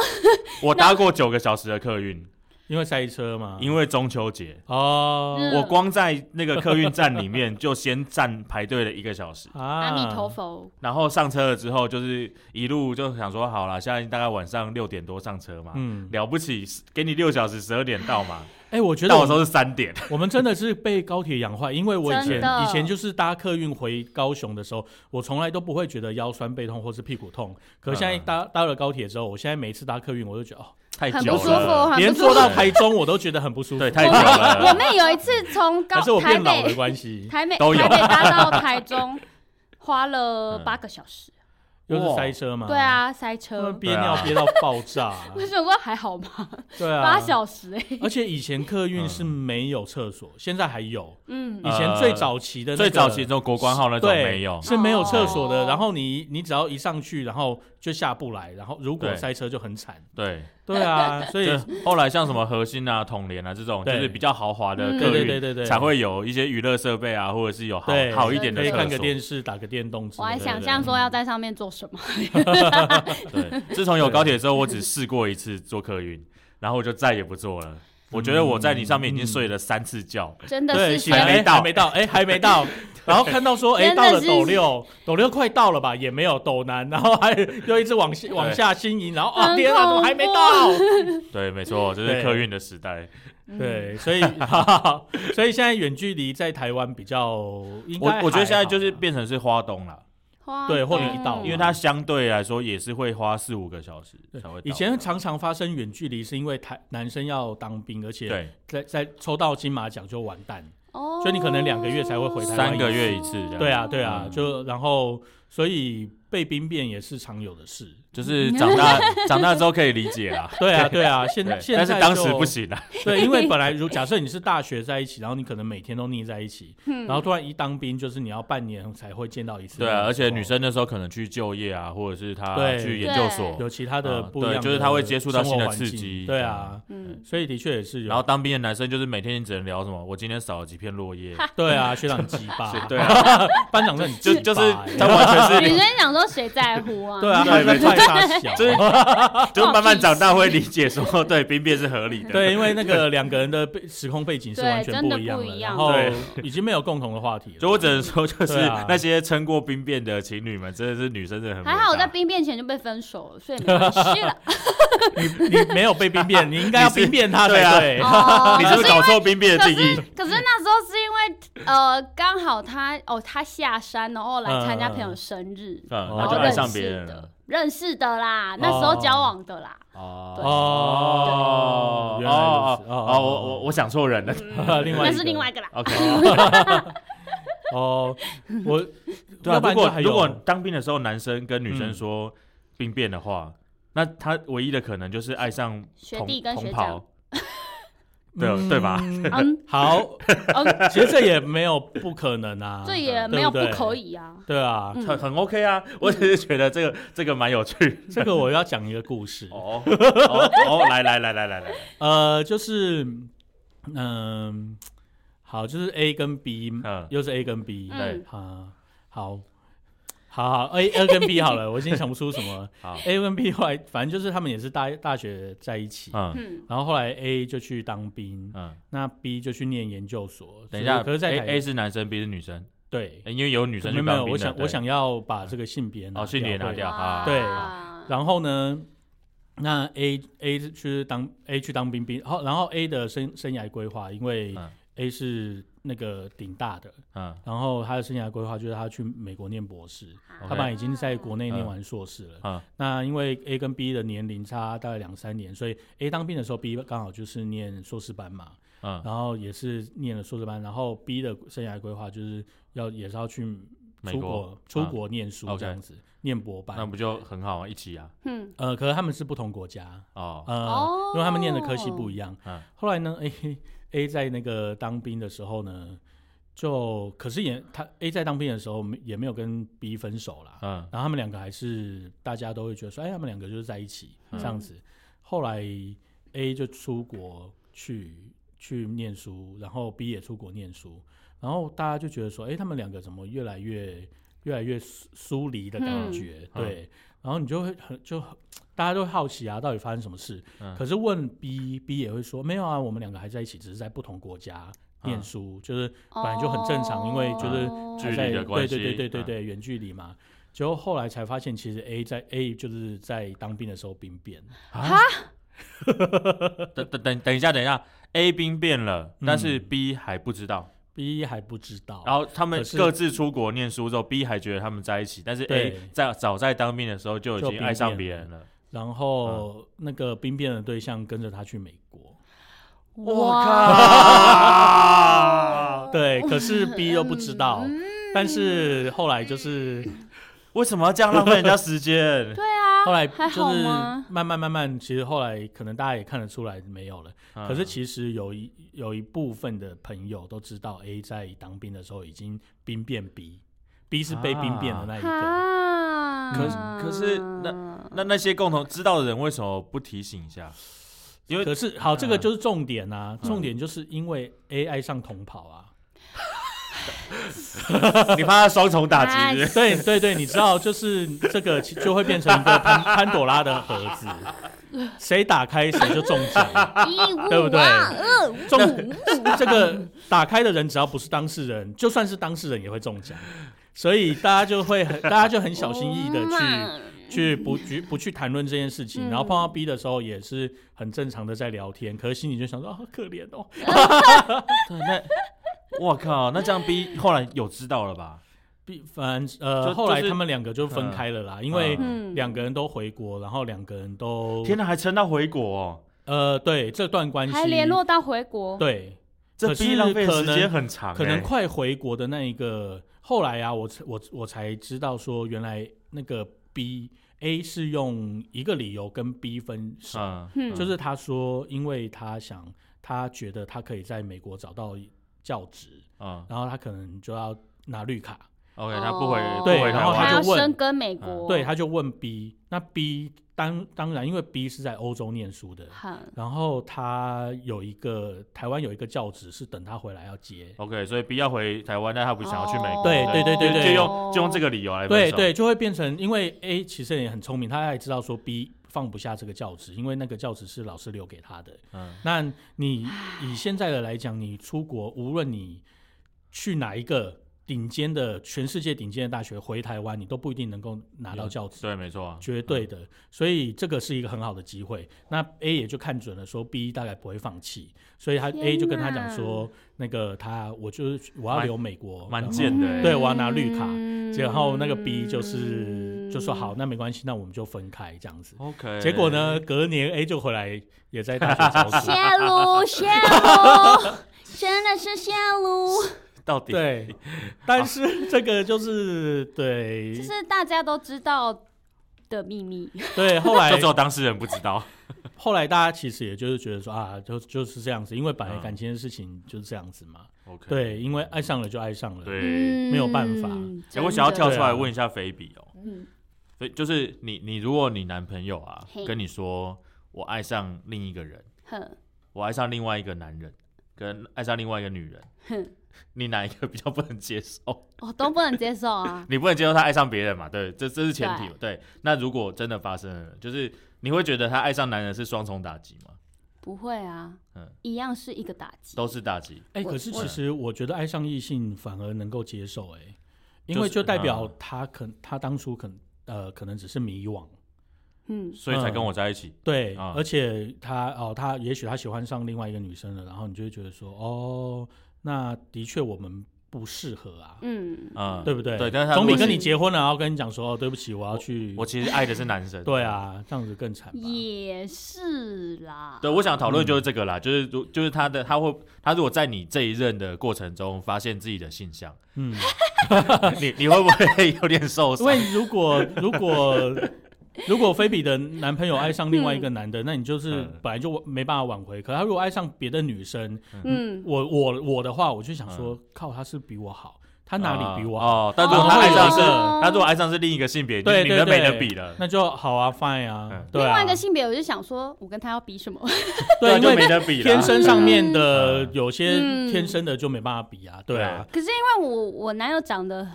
Speaker 1: 我搭过九个小时的客运，
Speaker 2: 因为塞车嘛，
Speaker 1: 因
Speaker 2: 为
Speaker 1: 为中秋节，
Speaker 2: 哦
Speaker 3: 嗯
Speaker 1: 我光在那个客运站里面就先站排队了一个小时，
Speaker 2: 啊，
Speaker 3: 阿弥陀佛，
Speaker 1: 然后上车了之后，就是一路就想说，好啦，现在大概晚上六点多上
Speaker 3: 啊
Speaker 1: 车嘛，
Speaker 2: 嗯，
Speaker 1: 了不起，给你六小时，十二点到 嘛，
Speaker 2: 哎，我觉得
Speaker 1: 到
Speaker 2: 我
Speaker 1: 的时
Speaker 2: 们
Speaker 1: 候是三点，
Speaker 2: 我们真的是被高铁养坏，因为我以前
Speaker 3: 真的
Speaker 2: 以前就是搭客运回高雄的时候，我从来都不会觉得腰酸背痛或是屁股痛，可现在
Speaker 1: 嗯
Speaker 2: 搭搭了高铁之后，我现在每次搭客运我就觉得哦，
Speaker 1: 太
Speaker 3: 很
Speaker 1: 久
Speaker 3: 不舒服，
Speaker 1: 了，
Speaker 3: 很
Speaker 2: 连
Speaker 3: 不舒
Speaker 2: 坐
Speaker 3: 服。
Speaker 2: 到台中我都觉得很不舒服，
Speaker 1: 对，太久
Speaker 3: 我
Speaker 1: 了。
Speaker 3: 妹有一次从
Speaker 2: 还
Speaker 3: 高
Speaker 2: 是我
Speaker 3: 台
Speaker 2: 变老
Speaker 3: 北
Speaker 2: 的关系，
Speaker 3: 台北
Speaker 1: 都有
Speaker 3: 台北搭到台中，花了
Speaker 1: 嗯
Speaker 3: 八个小时。
Speaker 2: 就是塞车嘛，
Speaker 3: 对，啊，塞
Speaker 2: 他们
Speaker 3: 车。
Speaker 2: 憋尿憋到爆炸，啊
Speaker 3: 我想说还好吗？
Speaker 2: 对啊，
Speaker 3: 八小时哎，
Speaker 2: 而且以前客运
Speaker 1: 嗯
Speaker 2: 是没有厕所，现在还有。
Speaker 3: 嗯
Speaker 2: 以前最早期的、那
Speaker 1: 最
Speaker 2: 个
Speaker 1: 早期只有国光号那种
Speaker 2: 对
Speaker 1: 没有，
Speaker 2: 是没有厕所的。
Speaker 3: 哦
Speaker 2: 然后你你只要一上去，然后就下不来，然后如果
Speaker 1: 对
Speaker 2: 塞车就很惨。
Speaker 1: 对，
Speaker 2: 对 啊，所以
Speaker 1: 就后来像什么核心啊、统联啊这种，就
Speaker 2: 对
Speaker 1: 是比较豪华的
Speaker 3: 嗯
Speaker 1: 客
Speaker 2: 对对
Speaker 1: 运，
Speaker 2: 对对对，
Speaker 1: 才会有一些娱乐设备啊，或者是有好
Speaker 2: 对
Speaker 1: 好一点的
Speaker 2: 可以看
Speaker 1: 厕
Speaker 2: 个
Speaker 1: 所。
Speaker 2: 电视，打个电动之
Speaker 3: 我
Speaker 2: 类
Speaker 3: 还
Speaker 2: 的。
Speaker 3: 想象说要在上面做什么，
Speaker 1: 对，自从有高铁之后，我只试过一次坐客运，然后我就再也不坐了。我觉得我在你上面已经睡了三次觉，
Speaker 3: 真的
Speaker 2: 对，
Speaker 3: 是
Speaker 2: 醒
Speaker 1: 还
Speaker 2: 来
Speaker 1: 没
Speaker 2: 哎
Speaker 1: 到
Speaker 2: 还没到，哎，还没到。 然后看到说，哎，
Speaker 3: 真的
Speaker 2: 到了
Speaker 3: 是
Speaker 2: 斗六，斗六快到了吧，也没有斗南，然后还又一直往下往下新营，然后啊，
Speaker 3: 很
Speaker 2: 天啊，怎么
Speaker 3: 恐
Speaker 2: 还没
Speaker 3: 怖
Speaker 2: 到？
Speaker 1: 对，没错，这是
Speaker 2: 对
Speaker 1: 客运的时代。
Speaker 3: 嗯
Speaker 2: 对，所以 所以现在远距离在台湾比较，应
Speaker 1: 我
Speaker 2: 该
Speaker 1: 我觉得
Speaker 2: 还
Speaker 1: 现在
Speaker 2: 好
Speaker 1: 就是
Speaker 2: 啦
Speaker 1: 变成是花东了，
Speaker 3: 花
Speaker 2: 对或者
Speaker 3: 东
Speaker 2: 一道
Speaker 1: 因为它相对来说也是会花四五个小时才会到。
Speaker 2: 以前常常发生远距离，是因为台男生要当兵，而且
Speaker 1: 对
Speaker 2: 在在抽到金马奖就完蛋。
Speaker 3: 哦
Speaker 2: 所以你可能两个月才会回台湾
Speaker 1: 三个月一次这样
Speaker 2: 对啊，对啊，
Speaker 1: 嗯
Speaker 2: 就然后所以被兵变也是常有 的事。
Speaker 1: 就是长大长大之后可以理解啦。
Speaker 2: 对啊，对啊， 现
Speaker 1: 对
Speaker 2: 现在
Speaker 1: 但是当时
Speaker 2: 就
Speaker 1: 不行啊，
Speaker 2: 对，因为本来 如假设你是大学在一起，然后你可能每天都腻在一起，
Speaker 3: 嗯
Speaker 2: 然后突然一当兵，就是你要半年才会见到一次
Speaker 1: 对
Speaker 2: 面的时候。
Speaker 1: 啊，而且女生那时候可能去就业啊，或者是她
Speaker 2: 哦对
Speaker 1: 去研究
Speaker 3: 对
Speaker 1: 所，
Speaker 2: 有其他的
Speaker 1: 啊
Speaker 2: 不一样
Speaker 1: 对
Speaker 2: 的
Speaker 1: 就是她会接触到
Speaker 2: 生活
Speaker 1: 新的
Speaker 2: 环
Speaker 1: 刺
Speaker 2: 境
Speaker 1: 激
Speaker 2: 对啊，
Speaker 3: 嗯，
Speaker 2: 所以的确也是有。
Speaker 1: 然后当兵的男生就是每天只能聊什么，我今天少了几片落叶，
Speaker 2: 对啊，学长鸡巴
Speaker 1: 是，对啊，
Speaker 2: 班长很
Speaker 1: 就
Speaker 2: 鸡巴
Speaker 1: 就是
Speaker 2: 欸
Speaker 1: 他完全
Speaker 3: 女
Speaker 1: 是
Speaker 3: 生想说谁在乎 啊？
Speaker 2: 对啊，
Speaker 1: 对
Speaker 2: 他在
Speaker 1: 没错
Speaker 2: 踹他 小，啊
Speaker 1: 就是就是慢慢长大会理解说，对兵变是合理的，
Speaker 2: 对，因为那个两个人的背时空背景是完全
Speaker 3: 对真的
Speaker 2: 一样
Speaker 3: 不一样
Speaker 2: 然后
Speaker 1: 对
Speaker 2: 已经没有共同的话题了。
Speaker 1: 所以我只能说，就是
Speaker 2: 对啊
Speaker 1: 那些撑过兵变的情侣们，真的是女生真的很伟大
Speaker 3: 还好我在兵变前就被分手了，所以没关系 了。
Speaker 2: 你你没有被兵变， 你应该要
Speaker 1: 你是
Speaker 2: 兵变他
Speaker 1: 对啊
Speaker 2: 才对。
Speaker 3: 哦
Speaker 1: 你是不是搞错兵
Speaker 2: 啊
Speaker 1: 变的定义？
Speaker 3: 可是那时候是因为呃，刚好他哦，他下山然后来参加朋友生日，
Speaker 1: 嗯，
Speaker 2: 哦
Speaker 1: 那
Speaker 3: 然
Speaker 1: 就
Speaker 3: 后
Speaker 1: 爱
Speaker 3: 认
Speaker 1: 上别
Speaker 3: 识
Speaker 1: 人
Speaker 3: 的
Speaker 1: 了。，
Speaker 3: 认识的啦，那时候交往的啦。对
Speaker 1: 哦
Speaker 2: 哦原来
Speaker 1: 哦
Speaker 2: 如此
Speaker 1: 哦，我我我想错人 了。
Speaker 3: 嗯
Speaker 2: 另外一
Speaker 3: 那
Speaker 2: 个
Speaker 3: 是另外一个啦，
Speaker 1: OK，
Speaker 2: 哦，我
Speaker 1: 对啊
Speaker 2: 要，
Speaker 1: 如
Speaker 2: 不然就
Speaker 1: 果
Speaker 2: 还有嗯
Speaker 1: 如果当兵的时候，男生跟女生说兵变的话，那他唯一的可能就是爱上
Speaker 3: 学
Speaker 1: 同
Speaker 3: 弟跟学
Speaker 1: 同
Speaker 3: 长
Speaker 1: 袍，，对
Speaker 2: 嗯
Speaker 1: 对吧
Speaker 3: 嗯，
Speaker 2: 好，
Speaker 3: 嗯，
Speaker 2: 其实这也没有不可能啊，
Speaker 3: 这也没有不
Speaker 2: 对对
Speaker 3: 可。以啊。
Speaker 2: 对啊，
Speaker 3: 嗯
Speaker 1: 很很 OK 啊。我只是觉得这个这个蛮有趣。
Speaker 2: 这个我要讲一个故 事，
Speaker 1: 哦 哦哦，来来来来来来，
Speaker 2: 呃，就是，嗯、好，就是 A 跟 B，
Speaker 1: 嗯
Speaker 2: 又是 A 跟 B，
Speaker 3: 嗯
Speaker 2: 啊，好，好好 A A 跟 B 好了，我已经想不出什么
Speaker 1: 好，
Speaker 2: A 跟 B 后来反正就是他们也是大大学在一起，
Speaker 1: 嗯
Speaker 3: 嗯，
Speaker 2: 然后后来 A 就去当兵，
Speaker 1: 嗯，
Speaker 2: 那 B 就去念研究所。
Speaker 1: 等一下
Speaker 2: 可是在台
Speaker 1: A A 是男生，B 是女生，
Speaker 2: 对，
Speaker 1: 因为有女生
Speaker 2: 没
Speaker 1: 去
Speaker 2: 有没
Speaker 1: 当
Speaker 2: 有，
Speaker 1: 兵
Speaker 2: 我
Speaker 1: 的
Speaker 2: 想
Speaker 1: 对
Speaker 2: 我想要把这个性别拿
Speaker 1: 哦性别拿
Speaker 2: 对
Speaker 1: 掉
Speaker 3: 嗯哇
Speaker 2: 对然后呢，那 A A 去当 A 去当兵兵，好，然后 A 的生生涯规划，因为
Speaker 1: 嗯
Speaker 2: A 是那个顶大的，
Speaker 1: 嗯
Speaker 2: 然后他的生涯规划就是他去美国念博士，
Speaker 1: OK
Speaker 2: 他本来已经在国内念完硕士了。
Speaker 1: 嗯
Speaker 2: 那因为 A 跟 B 的年龄差大概两三年，所以 A 当兵的时候，B 刚好就是念硕士班嘛，
Speaker 1: 嗯
Speaker 2: 然后也是念了硕士班，然后 B 的生涯规划就是要也是要去
Speaker 1: 美
Speaker 2: 出
Speaker 1: 国嗯
Speaker 2: 国出国念书
Speaker 1: OK
Speaker 2: 这样子，念博
Speaker 1: 那
Speaker 2: 班。
Speaker 1: 不就很好啊，一起啊，
Speaker 3: 嗯，
Speaker 2: 呃，可是他们是不同国家，
Speaker 1: 哦，
Speaker 2: 呃，
Speaker 3: 哦
Speaker 2: 因为他们念的科系不一样。
Speaker 1: 嗯
Speaker 2: 后来呢，A A 在那个当兵的时候呢，就可是也他 A 在当兵的时候没也没有跟 B 分手啦，
Speaker 1: 嗯
Speaker 2: 然后他们两个还是大家都会觉得说，哎，他们两个就是在一起、
Speaker 1: 嗯
Speaker 2: 这样子。后来 A 就出国去去念书，然后 B 也出国念书，然后大家就觉得说，哎，他们两个怎么越来越越来越疏疏离的感觉？
Speaker 1: 嗯
Speaker 2: 对，然后你就会很就很大家都会好奇啊，到底发生什么事？
Speaker 1: 嗯
Speaker 2: 可是问 B，B 也会说，没有啊，我们两个还在一起，只是在不同国家。
Speaker 1: 嗯
Speaker 2: 念书、就是本来就很正常因为就是
Speaker 3: 哦
Speaker 1: 距离
Speaker 2: 在
Speaker 1: 的关系
Speaker 2: 对对对对
Speaker 1: 嗯
Speaker 2: 对对，远距离嘛。结果后来才发现，其实 A 在 A 就是在当兵的时候兵变，
Speaker 1: 啊，嗯等等等等一下，等一下，A 兵变了，但是 B 还不知道，
Speaker 2: ，B 还不知道。
Speaker 1: 然后他们
Speaker 2: 嗯哦可是
Speaker 1: 各自出国念书之后，B 还觉得他们在一起，但是 A
Speaker 2: 对
Speaker 1: 在早在当兵的时候就已
Speaker 2: 就
Speaker 1: 经
Speaker 2: 兵
Speaker 1: 爱上别
Speaker 2: 变
Speaker 1: 人了，
Speaker 2: 然
Speaker 1: 嗯
Speaker 2: 后那个兵变的对象跟着他去美国，
Speaker 1: 靠！
Speaker 2: 对，可 是 B 又不知道。
Speaker 3: 嗯
Speaker 2: 但是后来就是
Speaker 1: 为什么要这样浪费人家时间？
Speaker 3: 对啊，
Speaker 2: 后来
Speaker 3: 还
Speaker 2: 就
Speaker 3: 好
Speaker 2: 是
Speaker 3: 吗？
Speaker 2: 慢慢慢慢，其实后来可能大家也看得出来没有了。
Speaker 1: 嗯
Speaker 2: 可是其实有一有一部分的朋友都知道 A 在当兵的时候已经兵变 B，B 是被兵变的那一个。
Speaker 3: 啊
Speaker 1: 可是可是那那些共同知道的人为什么不提醒一下？因为
Speaker 2: 可是嗯好，这个就是重点啊！
Speaker 1: 嗯
Speaker 2: 重点就是因为 A 爱上同跑啊。
Speaker 1: 你怕他双重打
Speaker 3: 啊
Speaker 1: 击是不是，
Speaker 2: 对对对，你知道，就是这个其就会变成一个潘潘朵拉的盒子，谁打开谁就中奖。
Speaker 3: 一五嗯
Speaker 2: 对不对
Speaker 3: 二五
Speaker 2: 中这个打开的人只要不是当事人，就算是当事人也会中奖，所以大家就会很大家就很小心翼翼的去。去不去不去谈论这件事情，
Speaker 3: 哦嗯
Speaker 2: 然后碰到 B 的时候也是很正常的在聊天，可是心里就想说啊，好可怜哦，
Speaker 1: 对那 我靠，那这样 B 后来有知道了吧？
Speaker 2: 毕反呃，
Speaker 1: 就
Speaker 2: 后来
Speaker 1: 就是
Speaker 2: 他们两个就分开了啦，因为
Speaker 3: 嗯
Speaker 2: 两个人都回国，然后两个人都
Speaker 1: 天哪，还撑到回国哦！
Speaker 2: 呃，对这段关系
Speaker 3: 还联络到回国，
Speaker 2: 对，
Speaker 1: 这
Speaker 2: 可是
Speaker 1: B 浪费的时
Speaker 2: 可
Speaker 1: 间
Speaker 2: 能
Speaker 1: 很长欸、
Speaker 2: 可能快回国的那一个，后来啊，我才我我才知道说，原来那个 B A 是用一个理由跟 B 分手，
Speaker 1: 嗯，
Speaker 3: 嗯
Speaker 2: 就是他说，因为他想，他觉得他可以在美国找到教职，
Speaker 1: 啊
Speaker 2: 然后他可能就要拿绿卡，
Speaker 1: ，OK，他不回
Speaker 3: 哦，
Speaker 1: 不
Speaker 2: 对
Speaker 1: 回
Speaker 2: 然
Speaker 1: 台
Speaker 2: 后
Speaker 1: 湾
Speaker 2: 他
Speaker 3: 要
Speaker 2: 就问
Speaker 3: 深耕美国，
Speaker 2: 对，他就问 B，那 B 当当然，因为 B 是在欧洲念书的，
Speaker 3: 很
Speaker 2: 然后他有一个台湾有一个教职是等他回来要接，
Speaker 1: ，OK，所以 B 要回台湾，但他不想要去
Speaker 3: 哦
Speaker 1: 美国，
Speaker 2: 对对对对
Speaker 1: 就
Speaker 2: 对
Speaker 1: 就用就用这个理由来分
Speaker 2: 对
Speaker 1: 手，
Speaker 2: 对，就会变成因为 A 其实也很聪明，他也知道说 B 放不下这个教职，因为那个教职是老师留给他的。
Speaker 1: 嗯
Speaker 2: 那你以现在的来讲，你出国无论你去哪一个顶尖的全世界顶尖的大学，回台湾你都不一定能够拿到教职。
Speaker 1: 对，没错啊，
Speaker 2: 绝对的，所以这个是一个很好的机会。那 A 也就看准了，说 B 大概不会放弃，所以他
Speaker 3: 天
Speaker 2: A 就跟他讲
Speaker 3: 哪
Speaker 2: 说，那个他我就是我要
Speaker 1: 蛮
Speaker 2: 留美国，
Speaker 1: 蛮
Speaker 2: 然后
Speaker 1: 贱的欸
Speaker 2: 对，我要拿绿卡，
Speaker 3: 嗯
Speaker 2: 然后那个 B 就是就说好，那没关系，那我们就分开这样子。
Speaker 1: ，OK，
Speaker 2: 结果呢，隔年 A 就回来也在大学 教
Speaker 3: 泄
Speaker 2: 书，
Speaker 3: 露泄露，真的是泄露，
Speaker 1: 到底
Speaker 2: 对，但是这个就是对
Speaker 3: 这是大家都知道的秘密。
Speaker 2: 对，后来
Speaker 1: 就只有当事人不知道，
Speaker 2: 后来大家其实也就是觉得说啊，就就是这样子，因为本来
Speaker 1: 嗯
Speaker 2: 感情的事情就是这样子嘛。
Speaker 1: OK，
Speaker 2: 对，因为爱上了就爱上了。
Speaker 1: 对
Speaker 3: 嗯
Speaker 2: 没有办法
Speaker 1: 哎，我想要跳
Speaker 3: 真
Speaker 1: 出
Speaker 3: 的
Speaker 1: 来问一下菲比哦，
Speaker 3: 嗯
Speaker 1: 所以就是你你如果你男朋友啊
Speaker 3: 嘿
Speaker 1: 跟你说我爱上另一个人，
Speaker 3: 哼，
Speaker 1: 我爱上另外一个男人，跟爱上另外一个女人，
Speaker 3: 哼
Speaker 1: 你哪一个比较不能接受？。
Speaker 3: 我都不能接受啊
Speaker 1: 你不能接受他爱上别人嘛？对，这这是前提嘛。对，那如果真的发生了，就是你会觉得他爱上男人是双重打击吗？
Speaker 3: 不会啊
Speaker 1: 嗯，
Speaker 3: 一样是一个打击。
Speaker 1: 都是打击，
Speaker 2: 哎、
Speaker 3: 我
Speaker 2: 可是
Speaker 3: 我
Speaker 2: 其实我觉得爱上异性反而能够接受、哎，因
Speaker 1: 就
Speaker 2: 为
Speaker 1: 是
Speaker 2: 就代表
Speaker 1: 嗯
Speaker 2: 他可、他当初可呃可能只是迷惘，
Speaker 3: 嗯，
Speaker 1: 所以才跟我在一起。
Speaker 2: 对，
Speaker 1: 啊
Speaker 2: 而且他哦，他也许他喜欢上另外一个女生了，然后你就会觉得说，哦，那的确我们不适 合啊，
Speaker 3: 嗯
Speaker 1: 嗯
Speaker 2: 对不对？
Speaker 1: 对但是他
Speaker 2: 总比
Speaker 1: 如果
Speaker 2: 跟
Speaker 1: 是
Speaker 2: 你结婚了，然后跟你讲说，哦，对不起，我要去，
Speaker 1: 我其实爱的是男生。
Speaker 2: 对。啊，这样子更惨吧。
Speaker 3: 也是啦。
Speaker 1: 对，我想讨论
Speaker 2: 嗯
Speaker 1: 就是这个啦，就是如就是他的他会他如果在你这一任的过程中发现自己的性 向，
Speaker 2: 嗯，
Speaker 1: 你你会不会有点受
Speaker 2: 因
Speaker 1: 伤？
Speaker 2: 为如果如果 如果菲比的男朋友爱上另外一个男的，那你就是
Speaker 1: 嗯
Speaker 2: 本来就没办法挽回。可他如果爱上别的女生，
Speaker 3: 嗯，
Speaker 2: 我我我的话，我就想
Speaker 1: 嗯
Speaker 2: 说，靠，他是比我好，他哪里比我好？
Speaker 1: 哦，但如果他
Speaker 2: 哦
Speaker 1: 爱上是，
Speaker 3: 哦
Speaker 1: 他如果爱上是另一个性别，
Speaker 2: 对
Speaker 1: 你
Speaker 2: 对
Speaker 1: 你跟没
Speaker 2: 对
Speaker 1: 得比了，
Speaker 2: 那就好啊，fine 啊
Speaker 1: 嗯，
Speaker 2: 对
Speaker 3: 另
Speaker 2: 啊
Speaker 3: 外一个性别，我就想说，我跟他要比什么？
Speaker 2: 对，因
Speaker 1: 就
Speaker 2: 为
Speaker 1: 没得比了。
Speaker 2: 天生上面的
Speaker 1: 嗯
Speaker 2: 有些
Speaker 3: 嗯
Speaker 2: 天生的就没办法比啊，对啊，
Speaker 3: 可是因为我我男友长得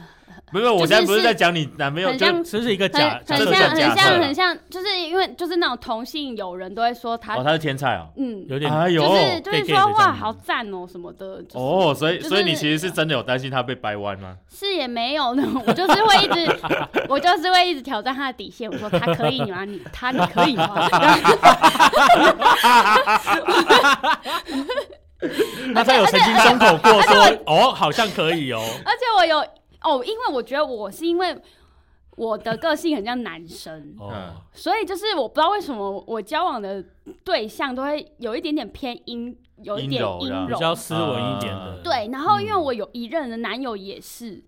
Speaker 1: 没有，我
Speaker 3: 就是
Speaker 1: 现在不是
Speaker 3: 是
Speaker 1: 在讲你男朋友，
Speaker 3: 很
Speaker 1: 就
Speaker 3: 像
Speaker 1: 是
Speaker 2: 这是一个
Speaker 3: 很
Speaker 2: 假假
Speaker 3: 很
Speaker 1: 设
Speaker 3: 像
Speaker 1: 上
Speaker 2: 假
Speaker 1: 假
Speaker 3: 很
Speaker 1: 设
Speaker 3: 像
Speaker 1: 啦
Speaker 3: 很像，就是因为就是那种同性友人都会说他
Speaker 1: 哦，他是天才哦，
Speaker 3: 嗯，
Speaker 2: 有点
Speaker 1: 哎呦，
Speaker 3: 就是就
Speaker 2: gay
Speaker 3: 是
Speaker 2: gay 的这
Speaker 3: 说
Speaker 2: 样
Speaker 3: 哇
Speaker 2: 子
Speaker 3: 好赞哦什么的，就是
Speaker 1: 哦，所以
Speaker 3: 就是
Speaker 1: 所以你其实是真的有担心他被掰弯吗？
Speaker 3: 是也没有呢，我就是会一直，我就是会一直挑战他的底线。我说他可以吗？你他你可以吗？
Speaker 2: 那他有曾 经松口过说，哦，好像可以哦，
Speaker 3: 而且我有哦，因为我觉得我是因为我的个性很像男生，
Speaker 2: 哦
Speaker 1: 嗯，
Speaker 3: 所以就是我不知道为什么我交往的对象都会有一点点偏阴，有一点
Speaker 1: 阴
Speaker 3: 阴
Speaker 1: 柔的
Speaker 2: 比较斯文一点的，
Speaker 1: 嗯
Speaker 3: 对，然后因为我有一任的男友也是。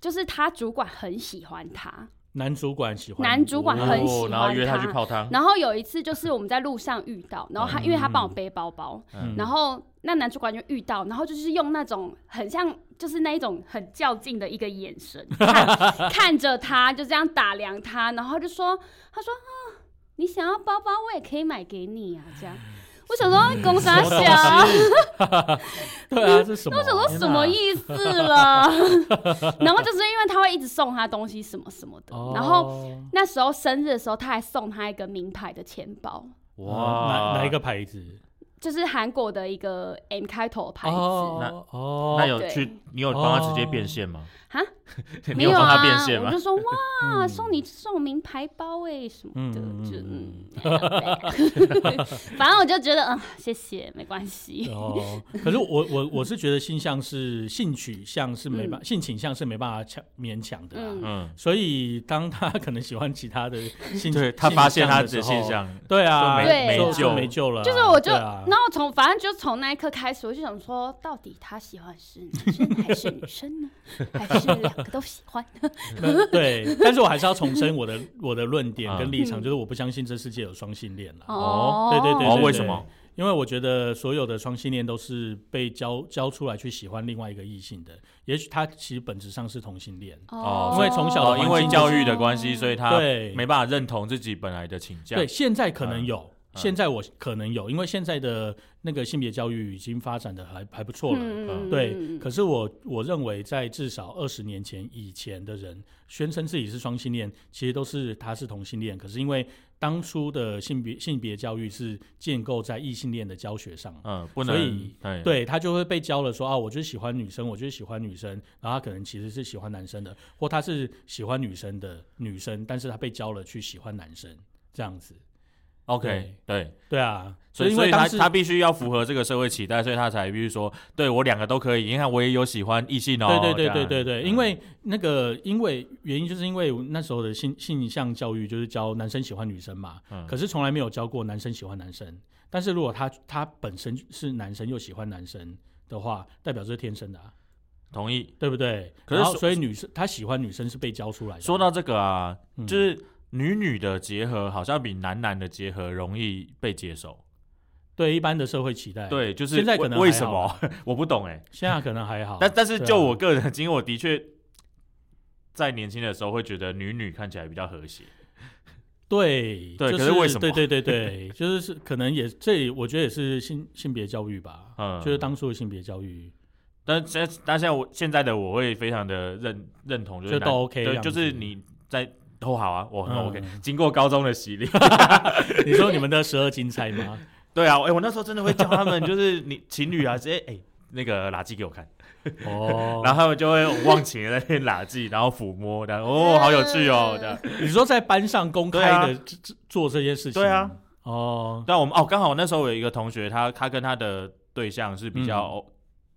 Speaker 3: 就是他主管很喜欢他，
Speaker 2: 男主管喜欢你，
Speaker 3: 男主管啊很喜
Speaker 1: 哦
Speaker 3: 欢，
Speaker 1: 然后约
Speaker 3: 他
Speaker 1: 去泡汤，
Speaker 3: 然后有一次就是我们在路上遇到，然后他因为他帮我背包包，
Speaker 2: 嗯
Speaker 3: 然后那男主管就遇到，然后就是用那种很像就是那一种很较劲的一个眼神看看着他，就这样打量他，然后就说他说啊，你想要包包我也可以买给你啊，这样。我想说，公傻
Speaker 2: 什么
Speaker 3: 小啊，
Speaker 2: 对啊，这是什么
Speaker 3: 嗯我
Speaker 2: 啊？
Speaker 3: 想说
Speaker 1: 天
Speaker 3: 什
Speaker 1: 哪
Speaker 3: 么意思了？ 然后就是因为他会一直送他东西什么什么的，然后
Speaker 2: 哦
Speaker 3: 那时候生日的时候，他还送他一个名牌的钱包，
Speaker 1: 哇，
Speaker 2: 哦哪哪一个？牌子？
Speaker 3: 就是韩国的一个 M 开头的牌子。
Speaker 2: 哦哦，
Speaker 1: 那有
Speaker 3: 对
Speaker 1: 去你有帮他直接变现吗？
Speaker 3: 哈，
Speaker 1: 你
Speaker 3: 没
Speaker 1: 有
Speaker 3: 有
Speaker 1: 帮
Speaker 3: 啊
Speaker 1: 他变现
Speaker 3: 我
Speaker 1: 吗
Speaker 3: 就？说哇，
Speaker 2: 嗯
Speaker 3: 送你送名牌包哎什么的，
Speaker 2: 嗯嗯嗯
Speaker 3: 就
Speaker 2: 嗯
Speaker 3: 嗯，
Speaker 1: 嗯
Speaker 3: 反正我就觉得嗯，谢谢，没关系。
Speaker 2: 哦，可是我我我是觉得性向是性取向是没办、性倾向是没办法强勉强的啦。啊
Speaker 3: 嗯
Speaker 1: 嗯，
Speaker 2: 所以当他可能喜欢其他的性，
Speaker 1: 对他发现他
Speaker 2: 的时
Speaker 1: 的
Speaker 2: 候
Speaker 1: 现，象，
Speaker 2: 对啊，
Speaker 1: 就
Speaker 3: 没
Speaker 2: 就
Speaker 3: 没
Speaker 2: 就
Speaker 1: 救
Speaker 2: 没救了啊。
Speaker 3: 就是我就，
Speaker 2: 对啊
Speaker 3: 然后从反 正就从那一刻开始，我就想说，到底他喜欢是男生还是女生呢？还是是两个都喜欢。
Speaker 2: 那对，但是我还是要重申我的我的论点
Speaker 1: 嗯
Speaker 2: 跟立场，
Speaker 3: 嗯
Speaker 2: 就是我不相信这世界有双性恋啦，
Speaker 1: 哦
Speaker 2: 对对对
Speaker 1: 哦，为什么？
Speaker 2: 因为我觉得所有的双性恋都是被教教出来去喜欢另外一个异性的，也许他其实本质上是同性恋，
Speaker 1: 哦
Speaker 2: 因为从
Speaker 1: 哦，
Speaker 2: 小的环
Speaker 1: 因为
Speaker 2: 境
Speaker 1: 教育的关系，所以他
Speaker 2: 对，
Speaker 1: 没办法认同自己本来的倾向
Speaker 2: 对，。现在可
Speaker 1: 嗯
Speaker 2: 能有，现在我可能有，因为现在的那个性别教育已经发展的还还不错了。
Speaker 1: 嗯
Speaker 2: 对，可是我我认为，在至少二十年前以前的人宣称自己是双性恋，其实都是他是同性恋。可是因为当初的性别性别教育是建构在异性恋的教学上，
Speaker 1: 嗯，不
Speaker 2: 所
Speaker 1: 能
Speaker 2: 以
Speaker 1: 对
Speaker 2: 对他就会被教了说啊，我就是喜欢女生，我就是喜欢女生，然后他可能其实是喜欢男生的，或他是喜欢女生的女生，但是他被教了去喜欢男生这样子。
Speaker 1: OK 对，
Speaker 2: 对啊，
Speaker 1: 所以
Speaker 2: 因
Speaker 1: 所
Speaker 2: 为
Speaker 1: 以
Speaker 2: 当
Speaker 1: 他
Speaker 2: 时
Speaker 1: 他必须要符合这个社会期待，所以他才必须说，对我两个都可以。你看我也有喜欢异性哦，
Speaker 2: 对对
Speaker 1: 这
Speaker 2: 对
Speaker 1: 样
Speaker 2: 对对对，
Speaker 1: 嗯
Speaker 2: 因为那个，因为原因就是因为那时候的性性向教育就是教男生喜欢女生嘛，
Speaker 1: 嗯
Speaker 2: 可是从来没有教过男生喜欢男生。但是如果他他本身是男生又喜欢男生的话，代表这是天生的、啊，
Speaker 1: 同意。
Speaker 2: 对不对？
Speaker 1: 可是
Speaker 2: 然后
Speaker 1: 说
Speaker 2: 所以女生他喜欢女生是被教出来的。
Speaker 1: 说到这个啊，
Speaker 2: 嗯
Speaker 1: 就是女女的结合好像比男男的结合容易被接受。
Speaker 2: 对一般的社会期待，，
Speaker 1: 对，就是
Speaker 2: 哎现在
Speaker 1: 为
Speaker 2: 可能
Speaker 1: 为
Speaker 2: 还
Speaker 1: 什
Speaker 2: 好
Speaker 1: 么 我不懂哎、
Speaker 2: 现在可能还好。
Speaker 1: 但但是
Speaker 2: 对啊
Speaker 1: 就我个人的经验，我的确在年轻的时候会觉得女女看起来比较和谐。
Speaker 2: 对
Speaker 1: 对
Speaker 2: 就
Speaker 1: 可是为什么
Speaker 2: 对对 对对，就是是可能也这我觉得也是性性别教育吧，
Speaker 1: 嗯，
Speaker 2: 就是当初的性别教育。
Speaker 1: 但现在但现在我现在的我会非常的认认同，就是
Speaker 2: 就
Speaker 1: 男
Speaker 2: 都 OK 这
Speaker 1: 对，
Speaker 2: 样
Speaker 1: 就是
Speaker 2: 子
Speaker 1: 你在都好啊，我很
Speaker 2: 嗯
Speaker 1: OK、经过高中的洗礼，
Speaker 2: 你说你们的十二金钗吗？
Speaker 1: 对啊，哎、我那时候真的会叫他们，就是你情侣啊，直接哎、那个垃圾给我看，
Speaker 2: 哦，
Speaker 1: 然后他们就会忘情的在那边垃圾，然后抚摸，然后哦，好有趣哦，这样。
Speaker 2: 你说在班上公开
Speaker 1: 对啊
Speaker 2: 的这这做这些事情，
Speaker 1: 对啊，
Speaker 2: 哦，
Speaker 1: 但我们哦，刚好我那时候有一个同学，他他跟他的对象是比较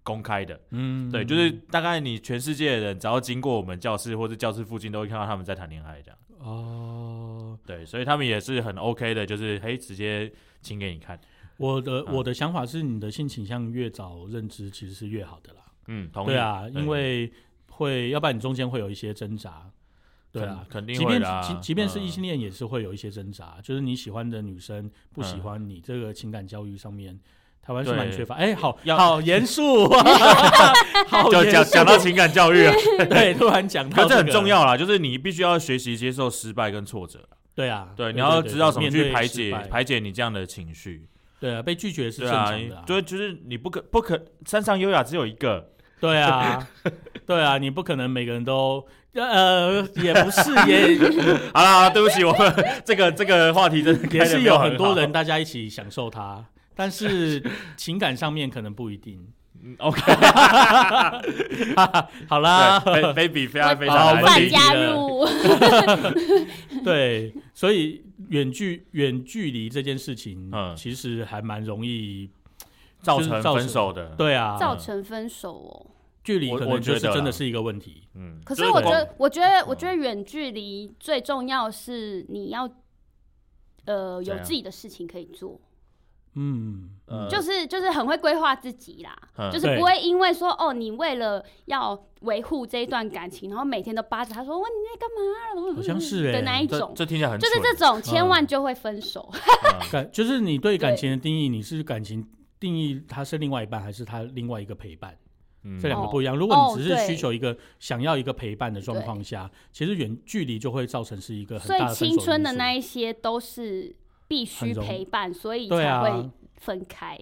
Speaker 1: 公开的，
Speaker 2: 嗯，
Speaker 1: 对，就是大概你全世界的人只要经过我们教室或者教室附近，都会看到他们在谈恋爱这样。
Speaker 2: 哦，
Speaker 1: 对，所以他们也是很 OK 的，就是嘿，直接亲给你看。
Speaker 2: 我的
Speaker 1: 嗯
Speaker 2: 我的想法是，你的性倾向越早认知，其实是越好的啦。
Speaker 1: 嗯，同意。
Speaker 2: 对啊，
Speaker 1: 对
Speaker 2: 因为会，要不然你中间会有一些挣扎。对啊，
Speaker 1: 肯，肯
Speaker 2: 即
Speaker 1: 定会
Speaker 2: 便
Speaker 1: 的啊、
Speaker 2: 即即便是异性
Speaker 1: 嗯
Speaker 2: 恋，也是会有一些挣扎，就是你喜欢的女生不喜欢你，这个情感教育上面，台湾是蛮
Speaker 1: 嗯对
Speaker 2: 缺乏。哎，好
Speaker 1: 要
Speaker 2: 好 严肃，好
Speaker 1: 就
Speaker 2: 严
Speaker 1: 讲
Speaker 2: 肃
Speaker 1: 讲到情感教育啊，
Speaker 2: 对，突然讲
Speaker 1: 可
Speaker 2: 到
Speaker 1: 是这
Speaker 2: 个
Speaker 1: 很重。要啦，就是你必须要学习接受失败跟挫折。
Speaker 2: 对啊，
Speaker 1: 对，你要知道怎么
Speaker 2: 面
Speaker 1: 去
Speaker 2: 对
Speaker 1: 排
Speaker 2: 失
Speaker 1: 解
Speaker 2: 败
Speaker 1: 排解你这样的情绪。
Speaker 2: 对啊，被拒绝是
Speaker 1: 对
Speaker 2: 正常的
Speaker 1: 啊
Speaker 2: 啊、，
Speaker 1: 就就是你不可不可山上优雅只有一个，
Speaker 2: 对 啊，对啊，你不可能每个人都呃，也不是， 也
Speaker 1: 好啦，好啦对不起，我们这个这个话题真的开
Speaker 2: 也
Speaker 1: 得
Speaker 2: 是
Speaker 1: 没有
Speaker 2: 有很多人
Speaker 1: 好。
Speaker 2: 大家一起享受它，但是情感上面可能不一定。
Speaker 1: 嗯 OK，
Speaker 2: 好 啦，
Speaker 1: 对非，baby 非常非常
Speaker 2: 啊好
Speaker 1: 难
Speaker 2: 我们
Speaker 3: 反
Speaker 2: 理
Speaker 1: 听
Speaker 2: 解
Speaker 3: 加入，
Speaker 2: 对，所以远距远距离这件事情，
Speaker 1: 嗯
Speaker 2: 其实还蛮容易，
Speaker 1: 造
Speaker 2: 就是
Speaker 1: 成
Speaker 2: 造成
Speaker 1: 分手的。，
Speaker 2: 对啊，
Speaker 3: 造成分手哦。
Speaker 2: 距离
Speaker 1: 我
Speaker 2: 可
Speaker 1: 我
Speaker 2: 能就
Speaker 1: 觉
Speaker 2: 是
Speaker 1: 得啦
Speaker 2: 真的是一个问题。
Speaker 1: 嗯，
Speaker 3: 可
Speaker 1: 就是嗯
Speaker 3: 我觉
Speaker 1: 光
Speaker 3: 得，我觉得，我觉得远距离最重要是你要，呃，
Speaker 1: 怎
Speaker 3: 有
Speaker 1: 样
Speaker 3: 自己的事情可以做，
Speaker 2: 嗯，
Speaker 1: 呃
Speaker 3: 就是就是很会规划自己啦，
Speaker 1: 嗯
Speaker 3: 就是
Speaker 2: 对
Speaker 3: 不会因为说哦，你为了要维护这一段感情，然后每天都扒着他说哇你在干嘛啊，
Speaker 2: 好像是欸
Speaker 3: 的那一
Speaker 1: 这
Speaker 3: 种，
Speaker 1: 这听起来很
Speaker 3: 就是这
Speaker 1: 蠢
Speaker 3: 种千万就会分手。
Speaker 1: 嗯
Speaker 2: 感就是你对感
Speaker 3: 对
Speaker 2: 情的定义，你是感情定义它是另外一半，还是它另外一个陪伴？
Speaker 1: 嗯
Speaker 2: 这两个
Speaker 3: 哦
Speaker 2: 不一样。如果
Speaker 3: 哦
Speaker 2: 你只是
Speaker 3: 对
Speaker 2: 需求一个想要一个陪伴的状况下，其实远距离就会造成是一个很
Speaker 3: 哦所
Speaker 2: 大
Speaker 3: 以
Speaker 2: 的
Speaker 3: 青春的那
Speaker 2: 一
Speaker 3: 一些都是必须
Speaker 2: 很容
Speaker 3: 陪伴，所以
Speaker 2: 对
Speaker 3: 才
Speaker 2: 啊，
Speaker 3: 会分开。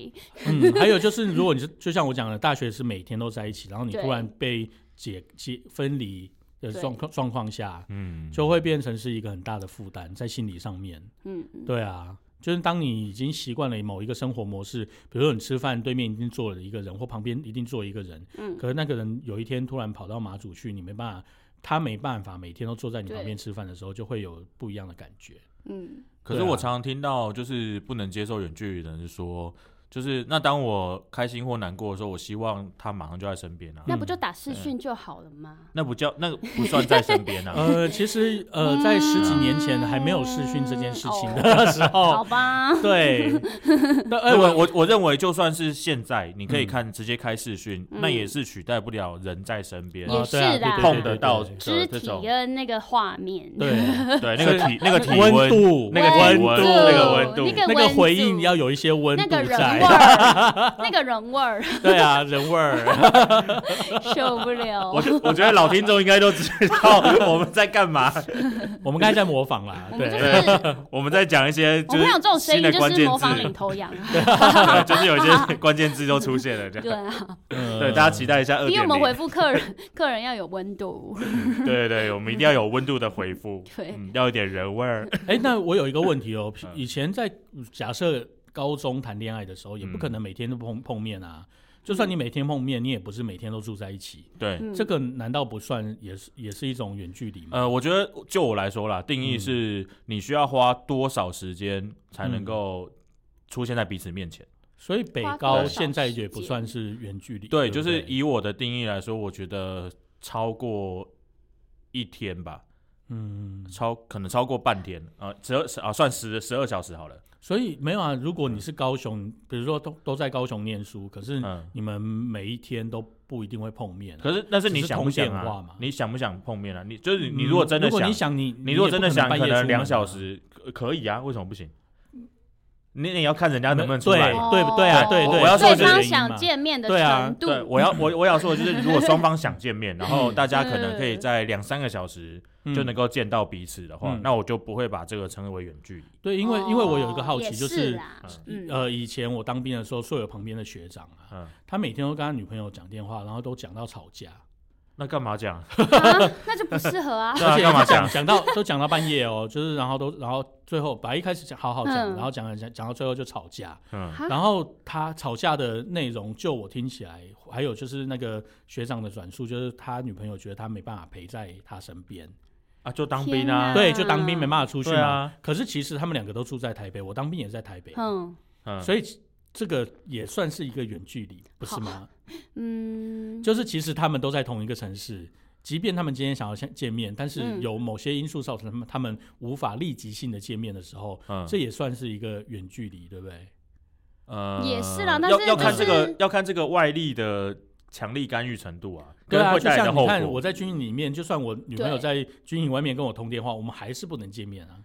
Speaker 2: 嗯，还有就是如果你是就像我讲的，大学是每天都在一起，然后你
Speaker 3: 对
Speaker 2: 突然被解解分离的
Speaker 3: 对
Speaker 2: 状况状况下，
Speaker 1: 嗯
Speaker 2: 就会变成是一个很大的负担在心理上面。
Speaker 3: 嗯，嗯
Speaker 2: 对啊。就是当你已经习惯了某一个生活模式，比如说你吃饭对面一定坐了一个人，或旁边一定坐一个人，
Speaker 3: 嗯，
Speaker 2: 可是那个人有一天突然跑到马祖去，你没办法，他没办法每天都坐在你
Speaker 3: 对
Speaker 2: 旁边吃饭的时候，就会有不一 样的感觉。
Speaker 3: 嗯，
Speaker 1: 可是
Speaker 2: 对啊
Speaker 1: 我常常听到，就是不能接受远距离的人说，就是那当我开心或难过的时候，我希望他马上就在身边啊，
Speaker 3: 那不就打视讯就好了吗？
Speaker 1: 那不叫那个不算在身边 啊。
Speaker 2: 呃，其实呃，在十几年前还没有视讯这件事情的时
Speaker 3: 好
Speaker 2: 候，
Speaker 3: 吧，
Speaker 2: 对，那哎、
Speaker 1: 对
Speaker 2: 我
Speaker 1: 我我我认为，就算是现在，你可以看直接开视讯，
Speaker 3: 嗯
Speaker 1: 那也是取代不了人在身边
Speaker 3: 也
Speaker 2: 啊对啊
Speaker 3: 是啦
Speaker 2: 对对对
Speaker 1: 碰
Speaker 2: 对
Speaker 1: 得
Speaker 2: 对
Speaker 1: 到
Speaker 2: 对
Speaker 3: 肢
Speaker 1: 的这
Speaker 3: 体
Speaker 1: 种，
Speaker 3: 跟那个画面，
Speaker 2: 对，
Speaker 1: 对那个体那个体
Speaker 2: 温度，
Speaker 1: 那个体温
Speaker 2: 温
Speaker 3: 度
Speaker 1: 那个温度
Speaker 3: 那
Speaker 2: 那
Speaker 3: 个温
Speaker 2: 个
Speaker 3: 度
Speaker 2: 回应要有一些温
Speaker 3: 那
Speaker 2: 度
Speaker 3: 个人味
Speaker 2: 在，
Speaker 3: 儿， 那个人味儿
Speaker 2: 对啊，人味儿，
Speaker 3: 受不 了
Speaker 1: 我。觉我觉得老听众应该都知 道我们在干嘛，
Speaker 2: 我们刚才在模仿啦，
Speaker 3: 我们就
Speaker 2: 对，
Speaker 3: 是，
Speaker 1: 我们在讲一些啊
Speaker 3: 我
Speaker 1: 就
Speaker 3: 们
Speaker 1: 是
Speaker 3: 有这种
Speaker 1: 新
Speaker 3: 声音，
Speaker 1: 的
Speaker 3: 就
Speaker 1: 关
Speaker 3: 是
Speaker 1: 键
Speaker 3: 模
Speaker 1: 字
Speaker 3: 仿，领头羊啊，
Speaker 1: 对，就是有一些关键字都出现了这
Speaker 3: 对
Speaker 1: 样。
Speaker 3: 啊，
Speaker 1: 对，
Speaker 2: 对
Speaker 1: 大家期待一下二
Speaker 3: 逼
Speaker 1: 点
Speaker 3: 我们回
Speaker 1: 零。
Speaker 3: 复客人， 客人要有温度，
Speaker 1: 对对对，我们一定要有温度的回复，
Speaker 3: 对，
Speaker 1: 嗯，要一点人味儿。
Speaker 2: 哎、那我有一个问题哦，譬
Speaker 1: 嗯
Speaker 2: 以前在假设高中谈恋爱的时候，也不
Speaker 1: 嗯
Speaker 2: 可能每天都碰碰面啊。就算你每天碰面，你也不是每天都住在一起。
Speaker 1: 对，
Speaker 3: 嗯
Speaker 2: 这个难道不算也是也是一种远距离吗？
Speaker 1: 呃，我觉得就我来说啦，定义
Speaker 2: 嗯
Speaker 1: 是你需要花多少时间才能
Speaker 2: 嗯
Speaker 1: 够出现在彼此面前。
Speaker 2: 所以北
Speaker 3: 花多
Speaker 2: 高
Speaker 1: 少
Speaker 2: 现在
Speaker 3: 时
Speaker 2: 也不
Speaker 3: 间
Speaker 2: 算是远距离。
Speaker 1: 对，
Speaker 2: 不
Speaker 1: 就是以我的定义来说，我觉得超过一天吧，
Speaker 2: 嗯，
Speaker 1: 超可能超过半天啊，十二啊算十十二小时好了。
Speaker 2: 所以没有啊。如果你是高雄，比如说都都在高雄念书，可是
Speaker 1: 嗯，
Speaker 2: 你们每一天都不一定会碰面啊、
Speaker 1: 可是但是你
Speaker 2: 只是
Speaker 1: 想不
Speaker 2: 通
Speaker 1: 想
Speaker 2: 电话嘛
Speaker 1: 啊？你想不想碰面啊？你就是
Speaker 2: 嗯
Speaker 1: 你如果真的
Speaker 2: 如果
Speaker 1: 想
Speaker 2: 你，想你
Speaker 1: 你如果真的想，
Speaker 2: 也
Speaker 1: 可
Speaker 2: 不半夜出
Speaker 1: 能
Speaker 2: 门
Speaker 1: 两小
Speaker 2: 啊
Speaker 1: 时呃可以啊，为什么不行？你你要看人家能不能出
Speaker 2: 对
Speaker 1: 来。
Speaker 2: 对不对啊？
Speaker 3: 哦
Speaker 2: 对对，
Speaker 1: 我要说
Speaker 3: 对
Speaker 1: 的原
Speaker 3: 方
Speaker 1: 因
Speaker 3: 想见面的
Speaker 2: 对啊
Speaker 3: 程度，
Speaker 1: 对，我要我我要说的就是，如果双方想见 面，然后大家可能可以
Speaker 3: 嗯
Speaker 1: 在两三个小时就能
Speaker 2: 嗯、
Speaker 1: 够见到彼此的话，
Speaker 2: 嗯
Speaker 1: 那我就不会把这个称为远距离。
Speaker 2: 对，因为因为我有一个
Speaker 3: 哦
Speaker 2: 好
Speaker 3: 也
Speaker 2: 奇，就是是
Speaker 3: 啦
Speaker 1: 嗯
Speaker 3: 嗯
Speaker 2: 呃，以前我当兵的时候，舍友旁边的学长啊，
Speaker 1: 嗯，
Speaker 2: 他每天都跟他女朋友讲电话，然后都讲到吵架，
Speaker 1: 那干嘛讲？。
Speaker 3: 啊 那就不适合啊
Speaker 1: 对啊
Speaker 2: 而且
Speaker 1: 干嘛讲
Speaker 2: 讲讲到都讲到半夜哦，就是然后都然后最后把一开始讲好好讲，
Speaker 3: 嗯啊
Speaker 2: 然后讲讲讲到最后就吵架，
Speaker 1: 嗯，
Speaker 3: 哈
Speaker 2: 然后他吵架的内容，就我听起来，还有就是那个学长的转述，就是他女朋友觉得他没办法陪在他身边，
Speaker 1: 啊，就当
Speaker 3: 天
Speaker 1: 兵啊，
Speaker 3: 哪
Speaker 2: 对，就当兵没办法出去
Speaker 1: 对
Speaker 2: 嘛。
Speaker 1: 啊，
Speaker 2: 可是其实他们两个都住在台北，我当兵也在台北，
Speaker 3: 嗯
Speaker 1: 嗯，
Speaker 2: 所以这个也算是一个远距离，不是吗？
Speaker 3: 嗯，
Speaker 2: 就是其实他们都在同一个城市，即便他们今天想要相见面，但是
Speaker 3: 嗯
Speaker 2: 有某些因素造成他们他们无法立即性的见面的时候，
Speaker 1: 嗯
Speaker 2: 这也算是一个远距离，对不对？
Speaker 1: 呃
Speaker 3: 也是啦但
Speaker 1: 要
Speaker 3: 是
Speaker 1: 要
Speaker 3: 就
Speaker 1: 看这个
Speaker 3: 是
Speaker 1: 要看这个外力的强力干预程度啊，
Speaker 2: 对
Speaker 1: 跟
Speaker 2: 啊，
Speaker 1: 会
Speaker 2: 就
Speaker 1: 带来的
Speaker 2: 像
Speaker 1: 后
Speaker 2: 你看我
Speaker 1: 果。
Speaker 2: 在军营里面，就算我女朋友
Speaker 3: 对
Speaker 2: 在军营外面跟我通电话，我们还是不能见面啊。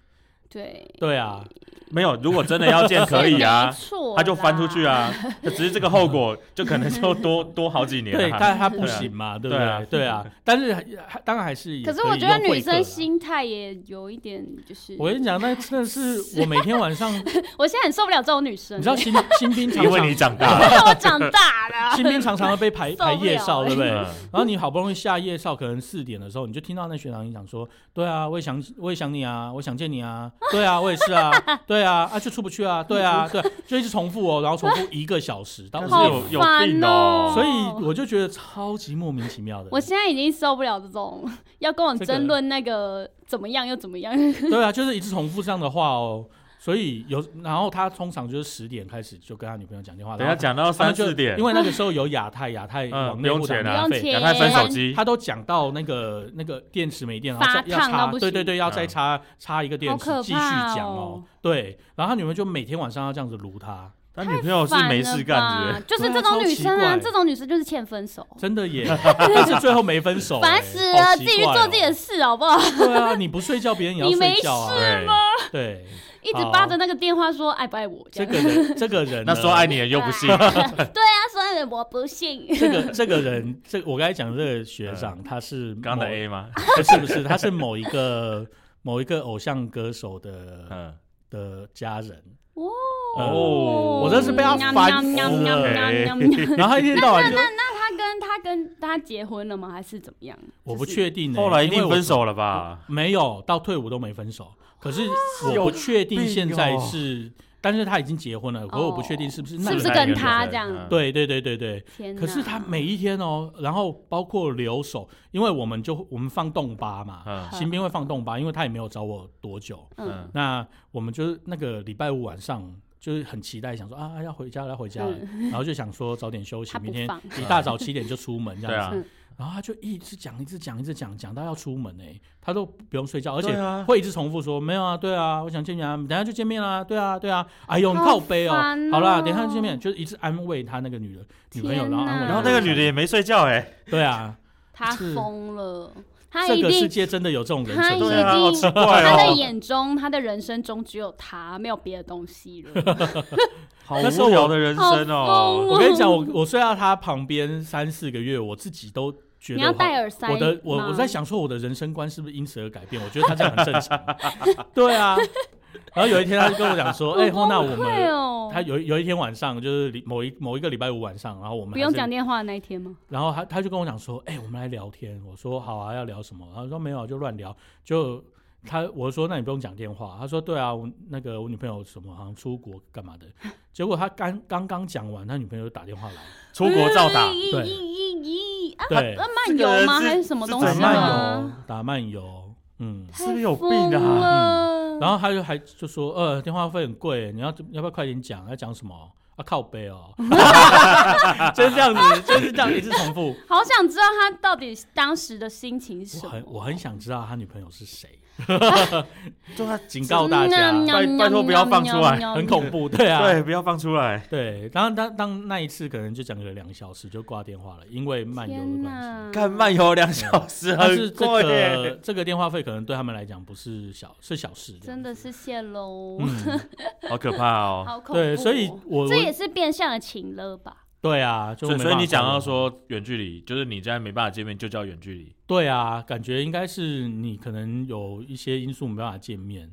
Speaker 3: 对，
Speaker 2: 对啊，
Speaker 1: 没有，如果真的要见，可以
Speaker 3: 没
Speaker 1: 啊，
Speaker 3: 错啦，
Speaker 1: 他就翻出去啊，只是这个后果就可能就多多好几年
Speaker 2: 对，
Speaker 1: 啊。
Speaker 2: 但他不行嘛，对不
Speaker 1: 对啊
Speaker 2: 对？对啊，但是还当然还是也
Speaker 3: 可
Speaker 2: 以
Speaker 3: 是我觉得
Speaker 2: 用会
Speaker 3: 女
Speaker 2: 客
Speaker 3: 生
Speaker 2: 啦。
Speaker 3: 心态也有一点，就是
Speaker 2: 我
Speaker 3: 我
Speaker 2: 跟你讲，那真的是我每天晚 上，你
Speaker 3: 现在很受不了这种女生，
Speaker 2: 知道新新兵常
Speaker 1: 因为你长
Speaker 2: 常
Speaker 1: 大了，
Speaker 3: 我长大 了，
Speaker 2: 新兵常常会被排
Speaker 3: 受不了
Speaker 2: 排夜哨，
Speaker 3: 欸
Speaker 2: 对不对？
Speaker 1: 嗯
Speaker 2: 然后你好不容易下夜哨，可能四点的时候，你就听到那学长你讲说，对啊，我也想，我也想你啊，我想见你啊，对啊，我也是啊， 对啊，啊就出不去啊，对啊，对，就一直重复哦，然后重复一个小时到
Speaker 1: 但
Speaker 2: 五
Speaker 1: 是
Speaker 3: 好
Speaker 1: 有
Speaker 2: 点，
Speaker 1: 有
Speaker 3: 烦
Speaker 1: 病
Speaker 3: 哦
Speaker 1: 哦。
Speaker 2: 所以我就觉得超级莫名其妙的。
Speaker 3: 我现在已经受不了这种要跟我争论那个怎么样又怎么样，
Speaker 2: 对啊，就是一直重复这样的话哦，所以有，然后他通常就是十点开始就跟他女朋友讲电话，
Speaker 1: 等一
Speaker 2: 然
Speaker 1: 下
Speaker 2: 后
Speaker 1: 讲到
Speaker 2: 他
Speaker 1: 三
Speaker 2: 们就
Speaker 1: 四点
Speaker 2: 因，为那个时候有亚太，亚太
Speaker 1: 嗯
Speaker 2: 往
Speaker 1: 不
Speaker 2: 内
Speaker 1: 用
Speaker 2: 部打
Speaker 1: 钱
Speaker 3: 不
Speaker 1: 啊
Speaker 2: 电
Speaker 3: 用
Speaker 2: 费，
Speaker 3: 钱，
Speaker 1: 赶快分手机。
Speaker 3: 啊
Speaker 2: 他都讲到那个那个电池没电，然
Speaker 3: 发
Speaker 2: 后再要
Speaker 3: 烫到
Speaker 2: 插，
Speaker 3: 不
Speaker 2: 对对
Speaker 3: 行
Speaker 2: 对，要
Speaker 1: 嗯
Speaker 2: 再插插一个电
Speaker 3: 好
Speaker 2: 池，
Speaker 3: 可
Speaker 2: 继续
Speaker 3: 怕
Speaker 2: 讲
Speaker 3: 哦
Speaker 2: 哦。对，然后他女朋友就每天晚上要这样子撸他，
Speaker 1: 他女朋友是
Speaker 3: 烦
Speaker 1: 没
Speaker 3: 了
Speaker 1: 事干
Speaker 3: 吧
Speaker 1: 的，？
Speaker 3: 就是这种女生
Speaker 2: 对啊
Speaker 3: 啊，
Speaker 2: 超奇怪
Speaker 3: 这种女生就是欠分手，
Speaker 2: 真的 耶，但是最后没分手欸，
Speaker 3: 烦死
Speaker 2: 好
Speaker 3: 了，自
Speaker 2: 奇
Speaker 3: 己去
Speaker 2: 怪
Speaker 3: 做
Speaker 2: 哦
Speaker 3: 自己的。事好不好？
Speaker 2: 对啊，你不睡觉，别人也要
Speaker 3: 你 没
Speaker 2: 睡觉啊。
Speaker 1: 对，
Speaker 2: 对，
Speaker 3: 一直扒着那个电话说爱不爱我，这
Speaker 2: 这
Speaker 3: 样
Speaker 2: 个 人，这个人呢，
Speaker 1: 那说爱你的又不信，
Speaker 3: 啊他说我不信，
Speaker 2: 这个这个人，这我刚才讲的这个学长，他 是
Speaker 1: 嗯刚
Speaker 2: 某
Speaker 1: 的 A 吗？
Speaker 2: 不是不是，他是某一个 某一个偶像歌手的
Speaker 1: 嗯，
Speaker 2: 的家人。嗯
Speaker 3: 哦
Speaker 1: 哦
Speaker 2: 我真是被他烦死
Speaker 1: 了
Speaker 2: 然后他一天到晚就
Speaker 3: 他跟他跟他结婚了吗？还是怎么样？
Speaker 2: 我不
Speaker 3: 就是
Speaker 2: 确定、
Speaker 1: 嗯
Speaker 2: 欸，
Speaker 1: 后来一
Speaker 2: 因为
Speaker 1: 定
Speaker 2: 我
Speaker 1: 分，手了吧？
Speaker 2: 没有到退伍都没分手，可 是我不确定现在是，但是他已经结婚了，可是我不确定是不是那
Speaker 3: 哦是
Speaker 2: 个
Speaker 3: 不
Speaker 2: 人
Speaker 3: 是跟他这样
Speaker 1: 嗯
Speaker 2: 对对对对对，
Speaker 3: 天哪！
Speaker 2: 可是他每一天哦，然后包括留守，因为我们就我们放冻巴嘛，
Speaker 1: 嗯
Speaker 2: 新兵会放冻巴，因为他也没有找我多久，
Speaker 3: 嗯
Speaker 1: 嗯，
Speaker 2: 那我们就是那个礼拜五晚上，就是很期待，想说啊要回家了要回家了，然后就想说早点休息
Speaker 3: 嗯他，不
Speaker 2: 明天
Speaker 3: 放，
Speaker 2: 一大早七点就出门这
Speaker 1: 对
Speaker 2: 样
Speaker 1: 啊
Speaker 2: 子。，然后他就一直讲一直讲一直讲，讲到要出门哎、他都不用睡觉，而
Speaker 1: 对
Speaker 2: 且
Speaker 1: 啊，
Speaker 2: 会一直重复说没有啊，对啊，我想见面啊，等下就见面啦、对啊，对啊，哎呦，你
Speaker 3: 好
Speaker 2: 靠背哦，
Speaker 3: 烦哦
Speaker 2: 好啦，等一下就见面，就是一直安慰他那个女的女朋友，
Speaker 3: 天
Speaker 2: 然后安
Speaker 3: 哪
Speaker 2: 慰，
Speaker 1: 然后那个女的，也没睡觉哎、
Speaker 2: 对啊，
Speaker 3: 他
Speaker 2: 是
Speaker 3: 疯了，他
Speaker 2: 这
Speaker 3: 一
Speaker 2: 个世
Speaker 3: 定，
Speaker 2: 界真的有这种人
Speaker 3: 他
Speaker 2: 存
Speaker 3: 已经
Speaker 1: 对啊，
Speaker 2: 在，
Speaker 1: 好奇怪
Speaker 3: 他的
Speaker 1: 哦，
Speaker 3: 眼中，他的人生中只有他，没有别的东西 了。
Speaker 1: 好
Speaker 2: 那时候
Speaker 1: 无聊
Speaker 2: 我
Speaker 1: 的人
Speaker 3: 好
Speaker 1: 生哦
Speaker 3: 疯。
Speaker 2: 我跟你讲，我我睡到他旁边三四个月，我自己都觉
Speaker 3: 你
Speaker 2: 得
Speaker 3: 要
Speaker 2: 我好
Speaker 3: 戴耳塞吗，
Speaker 2: 我的我我在想说我的人生观是不是因此而改变？我觉得他这样很正常， 对啊。然后有一天他就跟我讲说：“
Speaker 3: 好
Speaker 2: 哎、
Speaker 3: 崩
Speaker 2: 后那我
Speaker 3: 溃
Speaker 2: 们
Speaker 3: 哦，
Speaker 2: 他有有一天晚上就是礼某一某一个礼拜五晚上，然后我们
Speaker 3: 不
Speaker 2: 还
Speaker 3: 用
Speaker 2: 是
Speaker 3: 讲电话的那一天吗？
Speaker 2: 然后他他就跟我讲说，哎、我们来聊天。我说好啊，要聊什么？然后说没有，就乱聊。就他我说那你不用讲电话。他说对啊，我那个我女朋友什么好像出国干 嘛的。结果他刚刚刚讲完，他女朋友就打电话来，
Speaker 1: 出国照打，
Speaker 3: 咦
Speaker 2: 对
Speaker 3: 咦咦咦啊
Speaker 2: 对
Speaker 3: 啊漫游吗？
Speaker 1: 这个人是
Speaker 3: 还是什么东
Speaker 2: 打
Speaker 1: 是
Speaker 3: 西
Speaker 1: 怎样
Speaker 2: 漫
Speaker 3: 吗
Speaker 2: 游？，打漫游，嗯。
Speaker 1: 是不是有病
Speaker 3: 疯
Speaker 1: 啊？
Speaker 3: 了
Speaker 2: 然后他就还就说，呃，电话费很贵，你要要不要快点讲？要讲什么？啊，靠背 哦， 就是这样
Speaker 1: 哎
Speaker 2: 子，就是这样一直重复。
Speaker 3: 好想知道他到底当时的心情是
Speaker 2: 我
Speaker 3: 什么
Speaker 2: 很。我很想知道他女朋友是谁，
Speaker 1: 对啊，
Speaker 2: 警告大家，
Speaker 3: 嗯
Speaker 1: 拜拜托不要放出来
Speaker 2: 很恐。怖，对啊，
Speaker 1: 对，不要放出来。
Speaker 2: 对，当然当当那一次可能就讲了两个小时就挂电话了，因为漫游的关系。
Speaker 3: 呐，
Speaker 1: 看漫游两小时
Speaker 2: 但是
Speaker 1: 很
Speaker 2: 这
Speaker 1: 贵
Speaker 2: 个
Speaker 1: 耶，
Speaker 2: 这个电话费可能对他们来讲不是小是小事，
Speaker 3: 真的。是谢喽，
Speaker 2: 嗯，
Speaker 1: 好可怕哦。
Speaker 3: 好恐怖哦。
Speaker 2: 对，所以我
Speaker 3: 这也
Speaker 2: 我
Speaker 3: 是变相的情了吧？
Speaker 2: 对啊，就
Speaker 1: 所以，
Speaker 2: 没
Speaker 1: 所以
Speaker 2: 办
Speaker 1: 你
Speaker 2: 法
Speaker 1: 讲
Speaker 2: 沟
Speaker 1: 到
Speaker 2: 通，
Speaker 1: 说远距离，就是你现在没办法见面，就叫远距离。
Speaker 2: 对啊，感觉应该是你可能有一些因素没办法见面，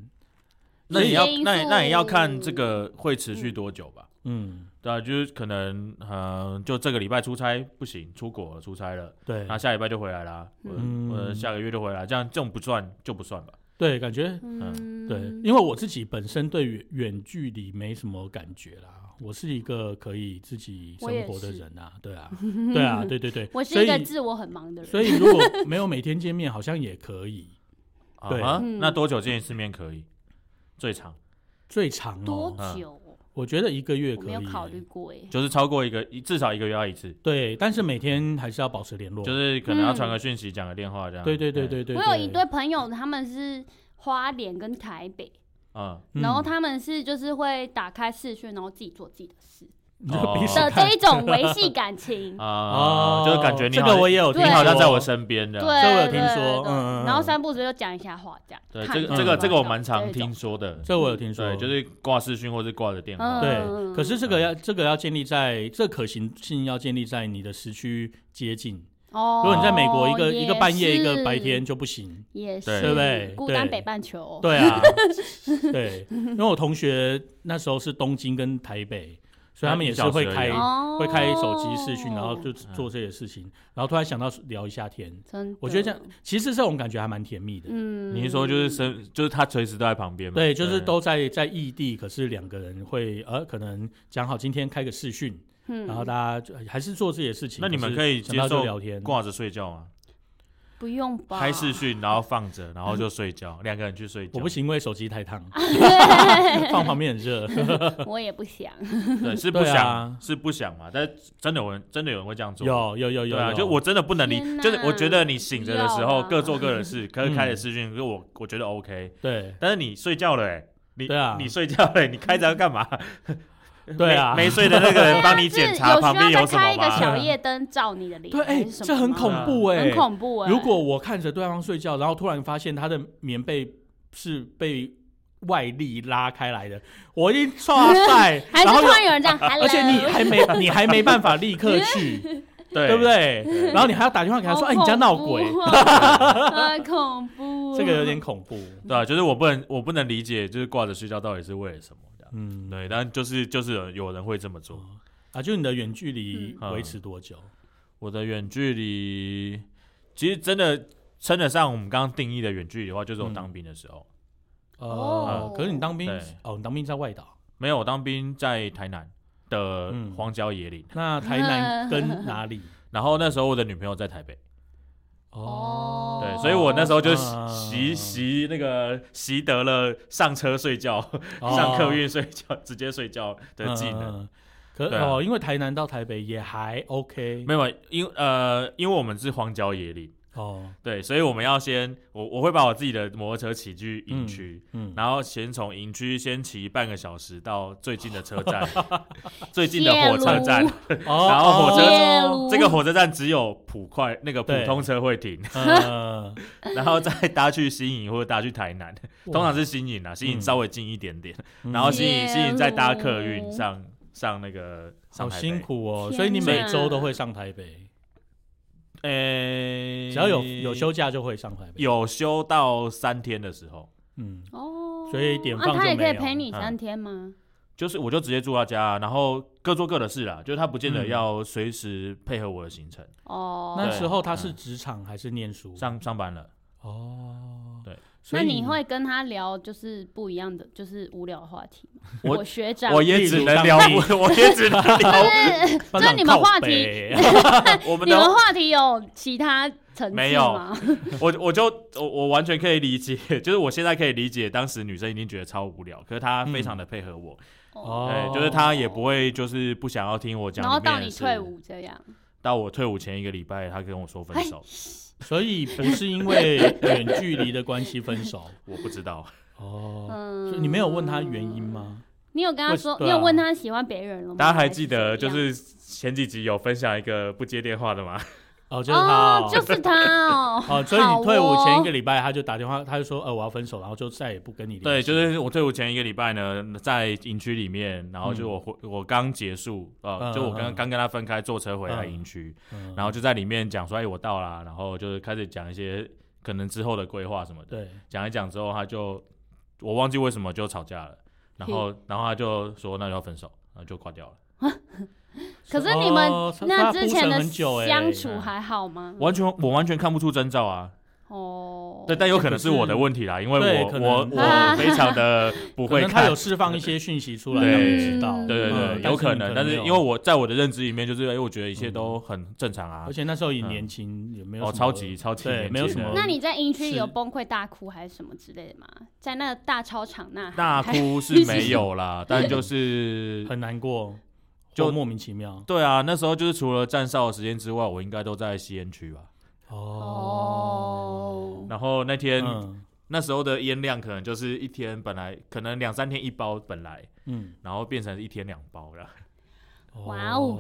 Speaker 1: 那也要
Speaker 3: 所以，
Speaker 1: 那也那也要看这个会持续多久吧。
Speaker 2: 嗯，
Speaker 1: 对啊，就是可能，嗯、就这个礼拜出差不行，出国了，出差了，
Speaker 2: 对
Speaker 1: 那下礼拜就回来啦，
Speaker 2: 嗯
Speaker 1: 嗯，或者下个月就回来，这样这种不算就不算吧。
Speaker 2: 对，感觉
Speaker 3: 嗯，
Speaker 2: 对，因为我自己本身对远远距离没什么感觉啦，我是一个可以自己
Speaker 3: 我也
Speaker 2: 生活的
Speaker 3: 是
Speaker 2: 人 啊，对啊，对啊，对对对，
Speaker 3: 我
Speaker 2: 所
Speaker 3: 是一
Speaker 2: 以
Speaker 3: 个自我很忙的人，
Speaker 2: 所以如果没有每天见面，好像也可以。对
Speaker 1: 啊哈
Speaker 3: 嗯
Speaker 1: 那多久见一次面可以？最长
Speaker 2: 最长
Speaker 3: 多
Speaker 2: 哦，
Speaker 3: 久？
Speaker 2: 我觉得一个月
Speaker 3: 我
Speaker 2: 可
Speaker 3: 没有
Speaker 2: 以耶。
Speaker 3: 考虑过哎。
Speaker 1: 就是超过一个，一至少一个月要一次，
Speaker 2: 对，但是每天还是要保持联络。
Speaker 1: 就是可能要
Speaker 3: 嗯
Speaker 1: 传个讯息，讲个电话这样。
Speaker 2: 哦对对对对对。
Speaker 3: 我有一对朋友，他们是花莲跟台北，
Speaker 1: 嗯，
Speaker 2: 嗯，
Speaker 3: 然后他们是就是会打开视讯，然后自己做自己的事
Speaker 2: 你这个嗯彼此
Speaker 3: 的
Speaker 2: 哦看
Speaker 3: 这一种维系感情
Speaker 1: 嗯。
Speaker 2: 哦
Speaker 1: 啊，，哦就是感觉你
Speaker 2: 这
Speaker 1: 好
Speaker 2: 个
Speaker 1: 像
Speaker 2: 我也有听
Speaker 3: 对
Speaker 1: 你
Speaker 2: 说，
Speaker 1: 好像在我身边的。
Speaker 3: 对，
Speaker 2: 这我有
Speaker 3: 对
Speaker 2: 听说
Speaker 3: 对
Speaker 2: 嗯
Speaker 3: 对
Speaker 2: 嗯嗯
Speaker 3: 然后三不时就讲一下话，这样。
Speaker 1: 对，
Speaker 3: 看
Speaker 1: 这
Speaker 3: 一下
Speaker 1: 个这个这个我蛮
Speaker 3: 这
Speaker 1: 常
Speaker 3: 一种
Speaker 1: 听说的，
Speaker 2: 这我有听说，
Speaker 1: 对，就是挂视讯或是挂着电话。
Speaker 2: 对
Speaker 3: 嗯。
Speaker 2: 可是这个要这个要建立在这可行性要建立在你的时区接近。
Speaker 3: 哦，
Speaker 2: 如果你在美国一个
Speaker 3: 也
Speaker 2: 一个半夜一个
Speaker 3: 是
Speaker 2: 白天就不行。
Speaker 3: 也
Speaker 1: 对
Speaker 3: 是，
Speaker 1: 对
Speaker 2: 不对
Speaker 3: 孤单
Speaker 2: 对
Speaker 3: 北半球，
Speaker 2: 对 啊，对，因为我同学那时候是东京跟台北，所以他们也是会开
Speaker 1: 对
Speaker 3: 哦，
Speaker 2: 会开手机视讯，然后就
Speaker 1: 嗯
Speaker 2: 做这些事情，然后突然想到聊一下天，
Speaker 3: 真的，
Speaker 2: 我觉得这样，其实这种感觉还蛮甜蜜的。
Speaker 3: 嗯，
Speaker 1: 你是说就是身，就是他随时都在旁边嘛？
Speaker 2: 对，就是都在在异地，可是两个人会呃，可能讲好今天开个视讯，
Speaker 3: 嗯，
Speaker 2: 然后大家就还是做自己的事情。
Speaker 1: 那你们可
Speaker 2: 以
Speaker 1: 以接
Speaker 2: 就
Speaker 1: 受
Speaker 2: 聊天，
Speaker 1: 挂着睡觉吗？
Speaker 3: 不用吧，
Speaker 1: 开视讯，然后放着，然后就睡觉，两个人去睡觉。
Speaker 2: 我不，行，因为手机太 烫，放旁边很 热。
Speaker 3: 我也 不想，
Speaker 1: 对，是不
Speaker 2: 对啊
Speaker 1: 想，是不想嘛？但是真的有人，真的有人会这样做。
Speaker 2: 有有有有
Speaker 1: 对啊，
Speaker 2: 有
Speaker 1: 就我真的不能理
Speaker 3: 天，哪
Speaker 1: 就是我觉得你醒着的时
Speaker 3: 要
Speaker 1: 候
Speaker 3: 啊
Speaker 1: 各做各的事，可是
Speaker 2: 嗯
Speaker 1: 开着视讯，就我我觉得 OK，
Speaker 2: 对
Speaker 1: 但是你睡觉了哎。你
Speaker 2: 对啊
Speaker 1: 你睡觉了，欸你开着要干嘛？
Speaker 2: 对啊，
Speaker 1: 没没睡的那个人帮你检
Speaker 3: 是
Speaker 1: 查
Speaker 3: 有
Speaker 1: 旁边
Speaker 3: 需要
Speaker 1: 有
Speaker 3: 再
Speaker 1: 什
Speaker 3: 开
Speaker 1: 么
Speaker 3: 一个
Speaker 1: 吗？
Speaker 3: 小夜灯照你的脸，
Speaker 2: 对，
Speaker 3: 哎
Speaker 2: 哎、，这很恐怖哎、
Speaker 3: 很恐怖哎，，
Speaker 2: 如果我看着对方睡觉，然后突然发现他的棉被是被外力拉开来的，我一刷 晒
Speaker 3: 还是
Speaker 2: 然后
Speaker 3: 突
Speaker 2: 又
Speaker 3: 然有人这样，hello，
Speaker 2: 而且 你还没你还没办法立 刻去，
Speaker 1: 对
Speaker 2: 对不？对？
Speaker 1: 对
Speaker 2: 然后你还要打电话给他说，哎、你家闹鬼，
Speaker 3: 很啊恐怖，
Speaker 2: 这个有点恐怖。
Speaker 1: 对啊，就是我不能，我不能理解，就是挂着睡觉到底是为了什么这样
Speaker 2: 嗯，
Speaker 1: 对，但就是就是有有人会这么做。
Speaker 2: 啊，就你的远距离
Speaker 1: 嗯
Speaker 2: 维持多久？
Speaker 1: 我的远距离，其实真的称得上我们刚刚定义的远距离的话，就是我
Speaker 2: 嗯
Speaker 1: 当兵的时候，
Speaker 2: 哦
Speaker 3: 哦，
Speaker 2: 可是你当兵
Speaker 1: 对
Speaker 2: 哦，你当兵在外岛，
Speaker 1: 没有，我当兵在台南的
Speaker 2: 嗯
Speaker 1: 荒郊野岭，
Speaker 2: 那台南跟哪里？
Speaker 1: 然后那时候我的女朋友在台北，
Speaker 2: 哦，
Speaker 1: 对，所以我那时候就
Speaker 2: 啊
Speaker 1: 习习那个习得了上车睡觉、
Speaker 2: 哦
Speaker 1: 上客运睡觉、直接睡觉的技能。
Speaker 2: 嗯嗯嗯可
Speaker 1: 对啊
Speaker 2: 哦，因为台南到台北也还 OK
Speaker 1: 没有，因呃，因为我们是荒郊野岭，
Speaker 2: 哦，
Speaker 1: 对，所以我们要先，我我会把我自己的摩托车骑去营区，
Speaker 2: 嗯，
Speaker 1: 然后先从营区先骑半个小时到最近的车 站，最近的火车站
Speaker 3: 耶。
Speaker 1: 然后火车
Speaker 3: 耶鲁
Speaker 1: 这个火车站只有普快那个普
Speaker 2: 对
Speaker 1: 通车会停，
Speaker 2: 嗯，
Speaker 1: 然后再搭去新营或者搭去台南，通常是新营啊，新营
Speaker 2: 嗯
Speaker 1: 稍微近一点点，
Speaker 2: 嗯
Speaker 1: 然后新营
Speaker 3: 耶
Speaker 1: 新营再搭客运
Speaker 3: 鲁
Speaker 1: 上上那个上
Speaker 2: 好
Speaker 1: 台北
Speaker 2: 辛，苦哦，
Speaker 3: 天
Speaker 2: 所以你每
Speaker 3: 哪
Speaker 2: 周都会上台北，
Speaker 1: 呃、
Speaker 2: 只要有有休假就会上台北，
Speaker 1: 有休到三天的时候，
Speaker 2: 嗯，
Speaker 3: 哦，
Speaker 2: 所以点
Speaker 3: 那
Speaker 2: 放
Speaker 3: 他
Speaker 2: 就
Speaker 3: 也可
Speaker 2: 没
Speaker 3: 以
Speaker 2: 有
Speaker 3: 陪你
Speaker 1: 嗯
Speaker 3: 三天吗？
Speaker 1: 就是我就直接住他家，啊然后各做各的事啦，就是他不见得
Speaker 2: 嗯
Speaker 1: 要随时配合我的行程，
Speaker 3: 哦，
Speaker 2: 那
Speaker 1: 对
Speaker 2: 时候他是
Speaker 1: 嗯
Speaker 2: 职场还是念书？
Speaker 1: 上上班了，
Speaker 2: 哦，
Speaker 1: 对，
Speaker 2: 所
Speaker 3: 那
Speaker 2: 以
Speaker 3: 你会跟他聊就是不一样的，就是无聊的话题吗？
Speaker 1: 我
Speaker 3: 我学长，
Speaker 1: 我也只能聊，
Speaker 2: 例 如
Speaker 1: 我我也只能 聊
Speaker 3: 就
Speaker 2: 班
Speaker 3: 是就是
Speaker 2: 长
Speaker 3: 你们
Speaker 2: 靠
Speaker 3: 话题
Speaker 2: 北
Speaker 1: 我们
Speaker 3: 你们
Speaker 1: 的，
Speaker 3: 话题有其他层次
Speaker 1: 没有
Speaker 3: 吗？哦
Speaker 1: 我我就我我完全可以理解，就是我现在可以理解当时女生一定觉得超无聊，可是她非常的配合我，
Speaker 2: 哦
Speaker 1: 对，就是她也不会就是不想要听我讲，
Speaker 3: 然后到你退，伍哎这样，
Speaker 1: 到我退伍前一个礼拜，她跟我说分手，
Speaker 2: 所以不是因为远距离的关系分手
Speaker 1: 我不知道，
Speaker 2: 哦。所以
Speaker 3: 嗯，
Speaker 2: 你没有问他原因？吗？
Speaker 3: 你有跟他
Speaker 2: 为
Speaker 3: 说，
Speaker 2: 对
Speaker 3: 你有
Speaker 2: 啊
Speaker 3: 问他喜欢别人了吗？
Speaker 1: 大家还
Speaker 3: 还
Speaker 1: 记得
Speaker 3: 怎
Speaker 1: 就
Speaker 3: 么样
Speaker 1: 是前几集有分享一个不接电话的吗？
Speaker 2: 哦，就是他
Speaker 3: 哦
Speaker 2: 哦，，，
Speaker 3: 就是 他哦
Speaker 2: 哦，所以你退伍前一个礼拜，他就打电话，他就说，呃，我要分手，然后就再也不跟你联系。
Speaker 1: 对，就是我退伍前一个礼拜呢，在营区里面，然后就我回、我刚结束，呃，
Speaker 2: 嗯
Speaker 1: 就我刚
Speaker 2: 嗯
Speaker 1: 刚跟他分开，坐车回来
Speaker 2: 嗯
Speaker 1: 营区，
Speaker 2: 嗯，
Speaker 1: 然后就在里面讲说，哎，我到啦，然后就是开始讲一些可能之后的规划什么的，
Speaker 2: 对，
Speaker 1: 讲一讲之后，他就我忘记为什么就吵架了，然后然后他就说那就要分手，然后就挂掉了，
Speaker 3: 可是你们
Speaker 2: 哦所以他
Speaker 3: 那之前
Speaker 2: 铺陈
Speaker 3: 的
Speaker 2: 很久欸
Speaker 3: 相处还好吗？
Speaker 1: 完全我完全看不出征兆啊，
Speaker 3: 哦，
Speaker 1: 对，但有可能是我啊的问题啦，因为
Speaker 2: 对
Speaker 1: 我
Speaker 2: 可能
Speaker 1: 我我非常 的不
Speaker 2: 可
Speaker 1: 会
Speaker 2: 能他
Speaker 1: 看
Speaker 2: 有。释放一些讯息出来，
Speaker 1: 对
Speaker 2: 让你知道。
Speaker 1: 对对对，
Speaker 2: 嗯
Speaker 1: 有可能，但
Speaker 2: 但
Speaker 1: 是
Speaker 2: 是你可能没有
Speaker 1: 因为我在我的认知里面，就是哎，我觉得一切都很正常啊
Speaker 2: 而，且那时候也年轻，也没有
Speaker 1: 哦，
Speaker 2: 什么
Speaker 1: 超级超级
Speaker 2: 对
Speaker 1: 年
Speaker 2: 没有
Speaker 1: 轻
Speaker 2: 什
Speaker 1: 的
Speaker 2: 么
Speaker 3: 那你在营区有
Speaker 2: 是
Speaker 3: 崩溃大哭还是什么之类的吗？在那个大操场呐喊，
Speaker 1: 大
Speaker 3: 还，
Speaker 1: 哭是没有 啦，但就是
Speaker 2: 很难过，
Speaker 1: 就
Speaker 2: 就莫名其妙。
Speaker 1: 对啊，那时候就是除了站哨的时间之外，我应该都在吸烟区吧。
Speaker 3: 哦，
Speaker 1: 然后那天、
Speaker 2: 嗯
Speaker 1: 那时候的烟量可能就是一天本来可能两三天一包本来，
Speaker 2: 嗯，
Speaker 1: 然后变成一天两包了，
Speaker 3: 哇哦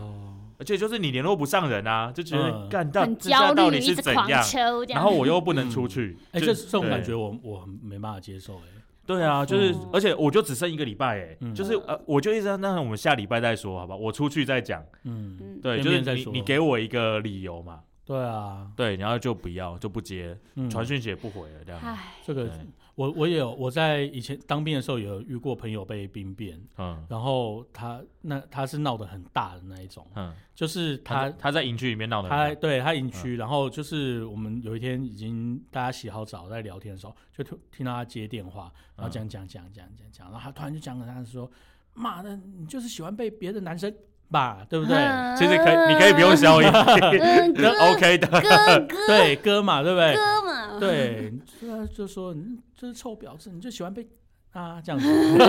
Speaker 1: 而且就是你联络不上人啊，就觉得
Speaker 2: 嗯
Speaker 1: 干到、
Speaker 3: 很
Speaker 1: 这家
Speaker 3: 焦
Speaker 1: 到
Speaker 3: 虑，
Speaker 1: 底
Speaker 3: 一
Speaker 1: 是
Speaker 3: 直
Speaker 1: 怎
Speaker 3: 狂
Speaker 1: 样，
Speaker 3: 抽这样，
Speaker 1: 然后我又不能出去，
Speaker 2: 哎，
Speaker 1: 就
Speaker 2: 这这种感觉
Speaker 1: 对。
Speaker 2: 我我没办法接受，哎，
Speaker 1: 对啊，就是
Speaker 3: 哦，
Speaker 1: 而且我就只剩一个礼拜哎、
Speaker 2: 嗯
Speaker 1: 就是呃，我就一直那我们下礼拜再说，好吧？我出去再讲，
Speaker 2: 嗯，
Speaker 3: 嗯，
Speaker 1: 对，
Speaker 2: 见
Speaker 1: 就是
Speaker 2: 面再
Speaker 1: 你
Speaker 2: 说
Speaker 1: 你给我一个理由嘛，
Speaker 2: 对啊，
Speaker 1: 对，然后就不要就不接，
Speaker 2: 嗯
Speaker 1: 传讯息也不回了这样，
Speaker 3: 唉，
Speaker 2: 这个
Speaker 1: 对
Speaker 2: 我我也有我在以前当兵的时候也有遇过朋友被兵变，
Speaker 1: 嗯
Speaker 2: 然后他那他是闹得很大的那一种，
Speaker 1: 嗯，
Speaker 2: 就是
Speaker 1: 他
Speaker 2: 他
Speaker 1: 他在营区里面闹的，
Speaker 2: 他对他
Speaker 1: 嗯
Speaker 2: 营区，然后就是我们有一天已经大家洗好澡在聊天的时候，就突听到他接电话，然
Speaker 1: 嗯
Speaker 2: 后讲讲讲讲讲讲，然后他突然就讲给他说：“妈的，你就是喜欢被别的男生吧，对不对？”
Speaker 1: 其实可以，你可以不用消 音，
Speaker 3: 啊嗯，哥
Speaker 1: 那 OK 的。
Speaker 3: 哥哥
Speaker 2: 对哥嘛，对不对？
Speaker 3: 哥 嘛，
Speaker 2: 对，就就说你这是臭婊子，你就喜欢被啊这样子，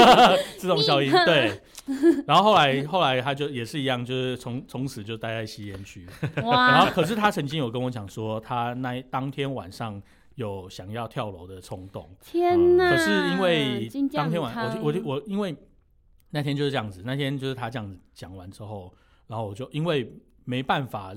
Speaker 2: 这种消音
Speaker 3: 你呢
Speaker 2: 对。然后后来后来他就也是一样，就是从从此就待在吸烟 区。然后
Speaker 3: 哇，
Speaker 2: 可是他曾经有跟我讲说，他那一当天晚上有想要跳楼的冲动，
Speaker 3: 天
Speaker 2: 嗯
Speaker 3: 哪！
Speaker 2: 可是因为
Speaker 3: 嗯金酱
Speaker 2: 当天晚
Speaker 3: 汤
Speaker 2: 我就我就我因为那天就是这样子，那天就是他这样子讲完之后，然后我就因为没办法，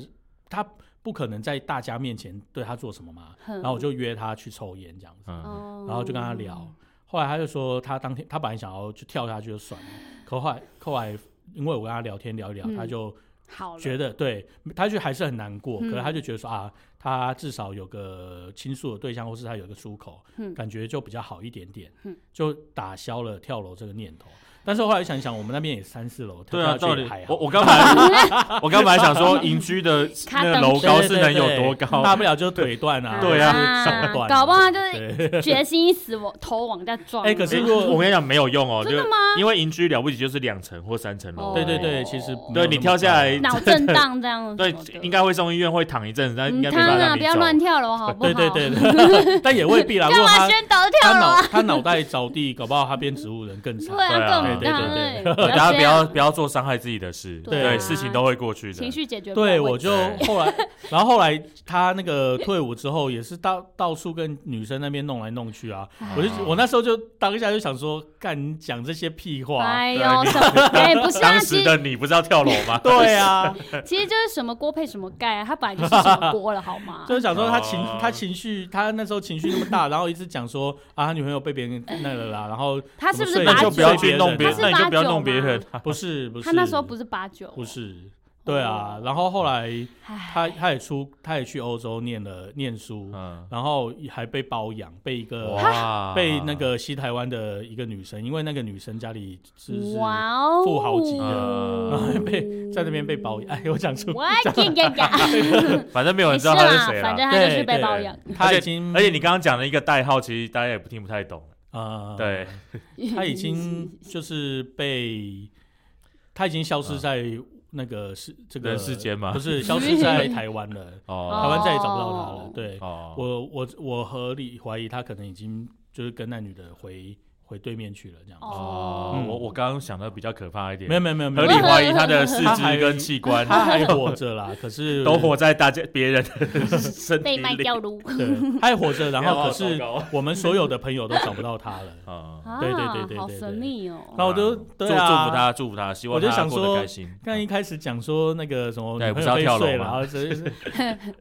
Speaker 2: 他不可能在大家面前对他做什么嘛，
Speaker 3: 哼
Speaker 2: 然后我就约他去抽烟这样子，
Speaker 1: 嗯，
Speaker 3: 嗯哦
Speaker 2: 然后就跟他聊。后来他就说，他当天他本来想要就跳下去就算了，可后来后来因为我跟他聊天聊一聊，
Speaker 3: 嗯
Speaker 2: 他就
Speaker 3: 好了，
Speaker 2: 觉得对，他就还是很难过，
Speaker 3: 嗯
Speaker 2: 可是他就觉得说啊，他至少有个倾诉的对象，或是他有一个出口，
Speaker 3: 嗯
Speaker 2: 感觉就比较好一点点，
Speaker 3: 嗯
Speaker 2: 就打消了跳楼这个念头。但是后来想一想，我们那边也三四楼，
Speaker 1: 对啊，到
Speaker 2: 跳下去
Speaker 1: 底
Speaker 2: 也还好
Speaker 1: 我我刚才 我刚才想说，营区 的那个楼高是
Speaker 2: 对对
Speaker 1: 能有
Speaker 2: 对
Speaker 1: 多高？
Speaker 2: 大不了就腿断啊，
Speaker 1: 对
Speaker 2: 啊
Speaker 1: 啊，
Speaker 2: 上段
Speaker 3: 搞不好就是
Speaker 2: 对。
Speaker 3: 决心一死，我头往下撞。
Speaker 2: 哎可是
Speaker 1: 诶
Speaker 2: 如果
Speaker 1: 我跟你讲没有用哦，
Speaker 3: 真的
Speaker 1: 就
Speaker 3: 吗？
Speaker 1: 因为营区了不起就是两层或三层楼，
Speaker 3: 哦
Speaker 2: 对对对，其实
Speaker 1: 对你跳下来
Speaker 3: 脑震荡这样子。
Speaker 1: 对，应该会送医院，会躺一阵子，但应
Speaker 3: 嗯，
Speaker 1: 该没
Speaker 3: 汤
Speaker 1: 办法
Speaker 3: 啊，
Speaker 1: 让
Speaker 3: 不
Speaker 1: 你
Speaker 3: 要
Speaker 1: 走
Speaker 3: 乱跳楼好不好？
Speaker 2: 对对对对， 但也未必啦。如
Speaker 3: 干
Speaker 2: 果
Speaker 3: 嘛
Speaker 2: 他
Speaker 3: 宣导跳
Speaker 2: 他
Speaker 3: 楼啊
Speaker 2: 脑？他脑袋着地，搞不好他变植物人更惨。
Speaker 3: 对
Speaker 1: 对
Speaker 3: 啊，
Speaker 1: 啊
Speaker 3: 更
Speaker 2: 对对对
Speaker 3: 对，
Speaker 1: 大家不
Speaker 3: 这样
Speaker 1: 要不要做伤害自己的事，
Speaker 3: 对
Speaker 2: 啊
Speaker 1: 对，事情都会过去的。
Speaker 3: 情绪解决不了问题。
Speaker 2: 对，我就
Speaker 1: 对
Speaker 2: 后来， 然后后来他那个退伍之后，也是到到处跟女生那边弄来弄去啊。
Speaker 3: 哎
Speaker 2: 我就我那时候就当下就想说，干你讲这些屁话，
Speaker 3: 哎呦，什么？哎，不是啊，
Speaker 1: 当
Speaker 3: 其
Speaker 1: 时
Speaker 3: 实
Speaker 1: 的你不是要跳楼吗？
Speaker 2: 对 啊，
Speaker 3: 其实就是什么锅配什么盖啊，它本来就是什么锅了，好 吗？
Speaker 2: 就是想说他情
Speaker 1: 哦
Speaker 2: 他情绪他那时候情绪那么大，然后一直讲说啊他女朋友被别人那个啦，然后
Speaker 3: 他是不是
Speaker 2: 那
Speaker 1: 那
Speaker 3: 八
Speaker 1: 你
Speaker 3: 九？
Speaker 1: 就不要去弄别
Speaker 3: 他
Speaker 1: 人，
Speaker 3: 是
Speaker 1: 那你就不要
Speaker 3: 八九
Speaker 1: 弄别
Speaker 3: 吗
Speaker 1: 人啊。
Speaker 2: 不是不是
Speaker 3: 他那时候不是八九，哎
Speaker 2: 不是对啊，然后后来
Speaker 3: 唉，
Speaker 2: 他他也出他也去欧洲念了念书，
Speaker 1: 嗯，
Speaker 2: 然后还被包养，被一
Speaker 1: 呃
Speaker 2: 个
Speaker 1: 哇
Speaker 2: 被那个西台湾的一个女生，因为那个女生家里是是
Speaker 3: 哇哦，
Speaker 2: 富豪级的然后
Speaker 1: 呃，
Speaker 2: 被在那边被包养，哎，我讲出，
Speaker 3: 我 天呀呀！
Speaker 1: 反正没有
Speaker 3: 没
Speaker 1: 人知道
Speaker 3: 事
Speaker 1: 他是
Speaker 3: 啦，
Speaker 1: 谁
Speaker 3: 啊反
Speaker 1: 啦。
Speaker 3: 正他就
Speaker 2: 对
Speaker 3: 是被
Speaker 2: 对
Speaker 3: 包养。
Speaker 2: 他已经，
Speaker 1: 而且你刚刚讲的一个代号，其实大家也不听不太懂。
Speaker 2: 呃，
Speaker 1: 对，
Speaker 2: 他已经 就是被，他已经消失在那个是这
Speaker 1: 嗯
Speaker 2: 个
Speaker 1: 人世间吗
Speaker 2: 不是消失 在台湾了，台
Speaker 1: 哦
Speaker 2: 湾再也找不到他了。对，
Speaker 1: 哦，
Speaker 2: 我我我合理怀疑他可能已经就是跟那女的回回对面去了这样子，
Speaker 1: 哦
Speaker 2: 嗯，
Speaker 1: 我我刚刚想的比较可怕一点，
Speaker 2: 没有没有没有没
Speaker 1: 合
Speaker 2: 有
Speaker 1: 理，怀疑他的四
Speaker 2: 他还
Speaker 1: 肢跟器官
Speaker 2: 他还活着啦，可是
Speaker 1: 都活在大家别人的身体
Speaker 3: 被卖
Speaker 1: 里。
Speaker 3: 掉 撸。
Speaker 2: 对，他还活着，然后可
Speaker 1: 没有
Speaker 2: 是
Speaker 1: 好糟糕
Speaker 2: 我们所有的朋友都找不到他 了。
Speaker 1: 啊，
Speaker 3: 啊，
Speaker 2: 对对对对
Speaker 3: 好
Speaker 2: 对
Speaker 3: 神
Speaker 2: 对
Speaker 3: 秘哦。
Speaker 2: 那我就
Speaker 1: 祝
Speaker 2: 对
Speaker 1: 祝福
Speaker 2: 啊，
Speaker 1: 他，祝福他，希望
Speaker 2: 我就
Speaker 1: 他
Speaker 2: 想
Speaker 1: 过
Speaker 2: 说
Speaker 1: 得开心。
Speaker 2: 刚一开始讲说那个什么
Speaker 1: 对
Speaker 2: 女朋
Speaker 1: 不是
Speaker 2: 友
Speaker 1: 要
Speaker 2: 被
Speaker 1: 跳楼
Speaker 2: 睡了，
Speaker 1: 吗
Speaker 2: 然后只 是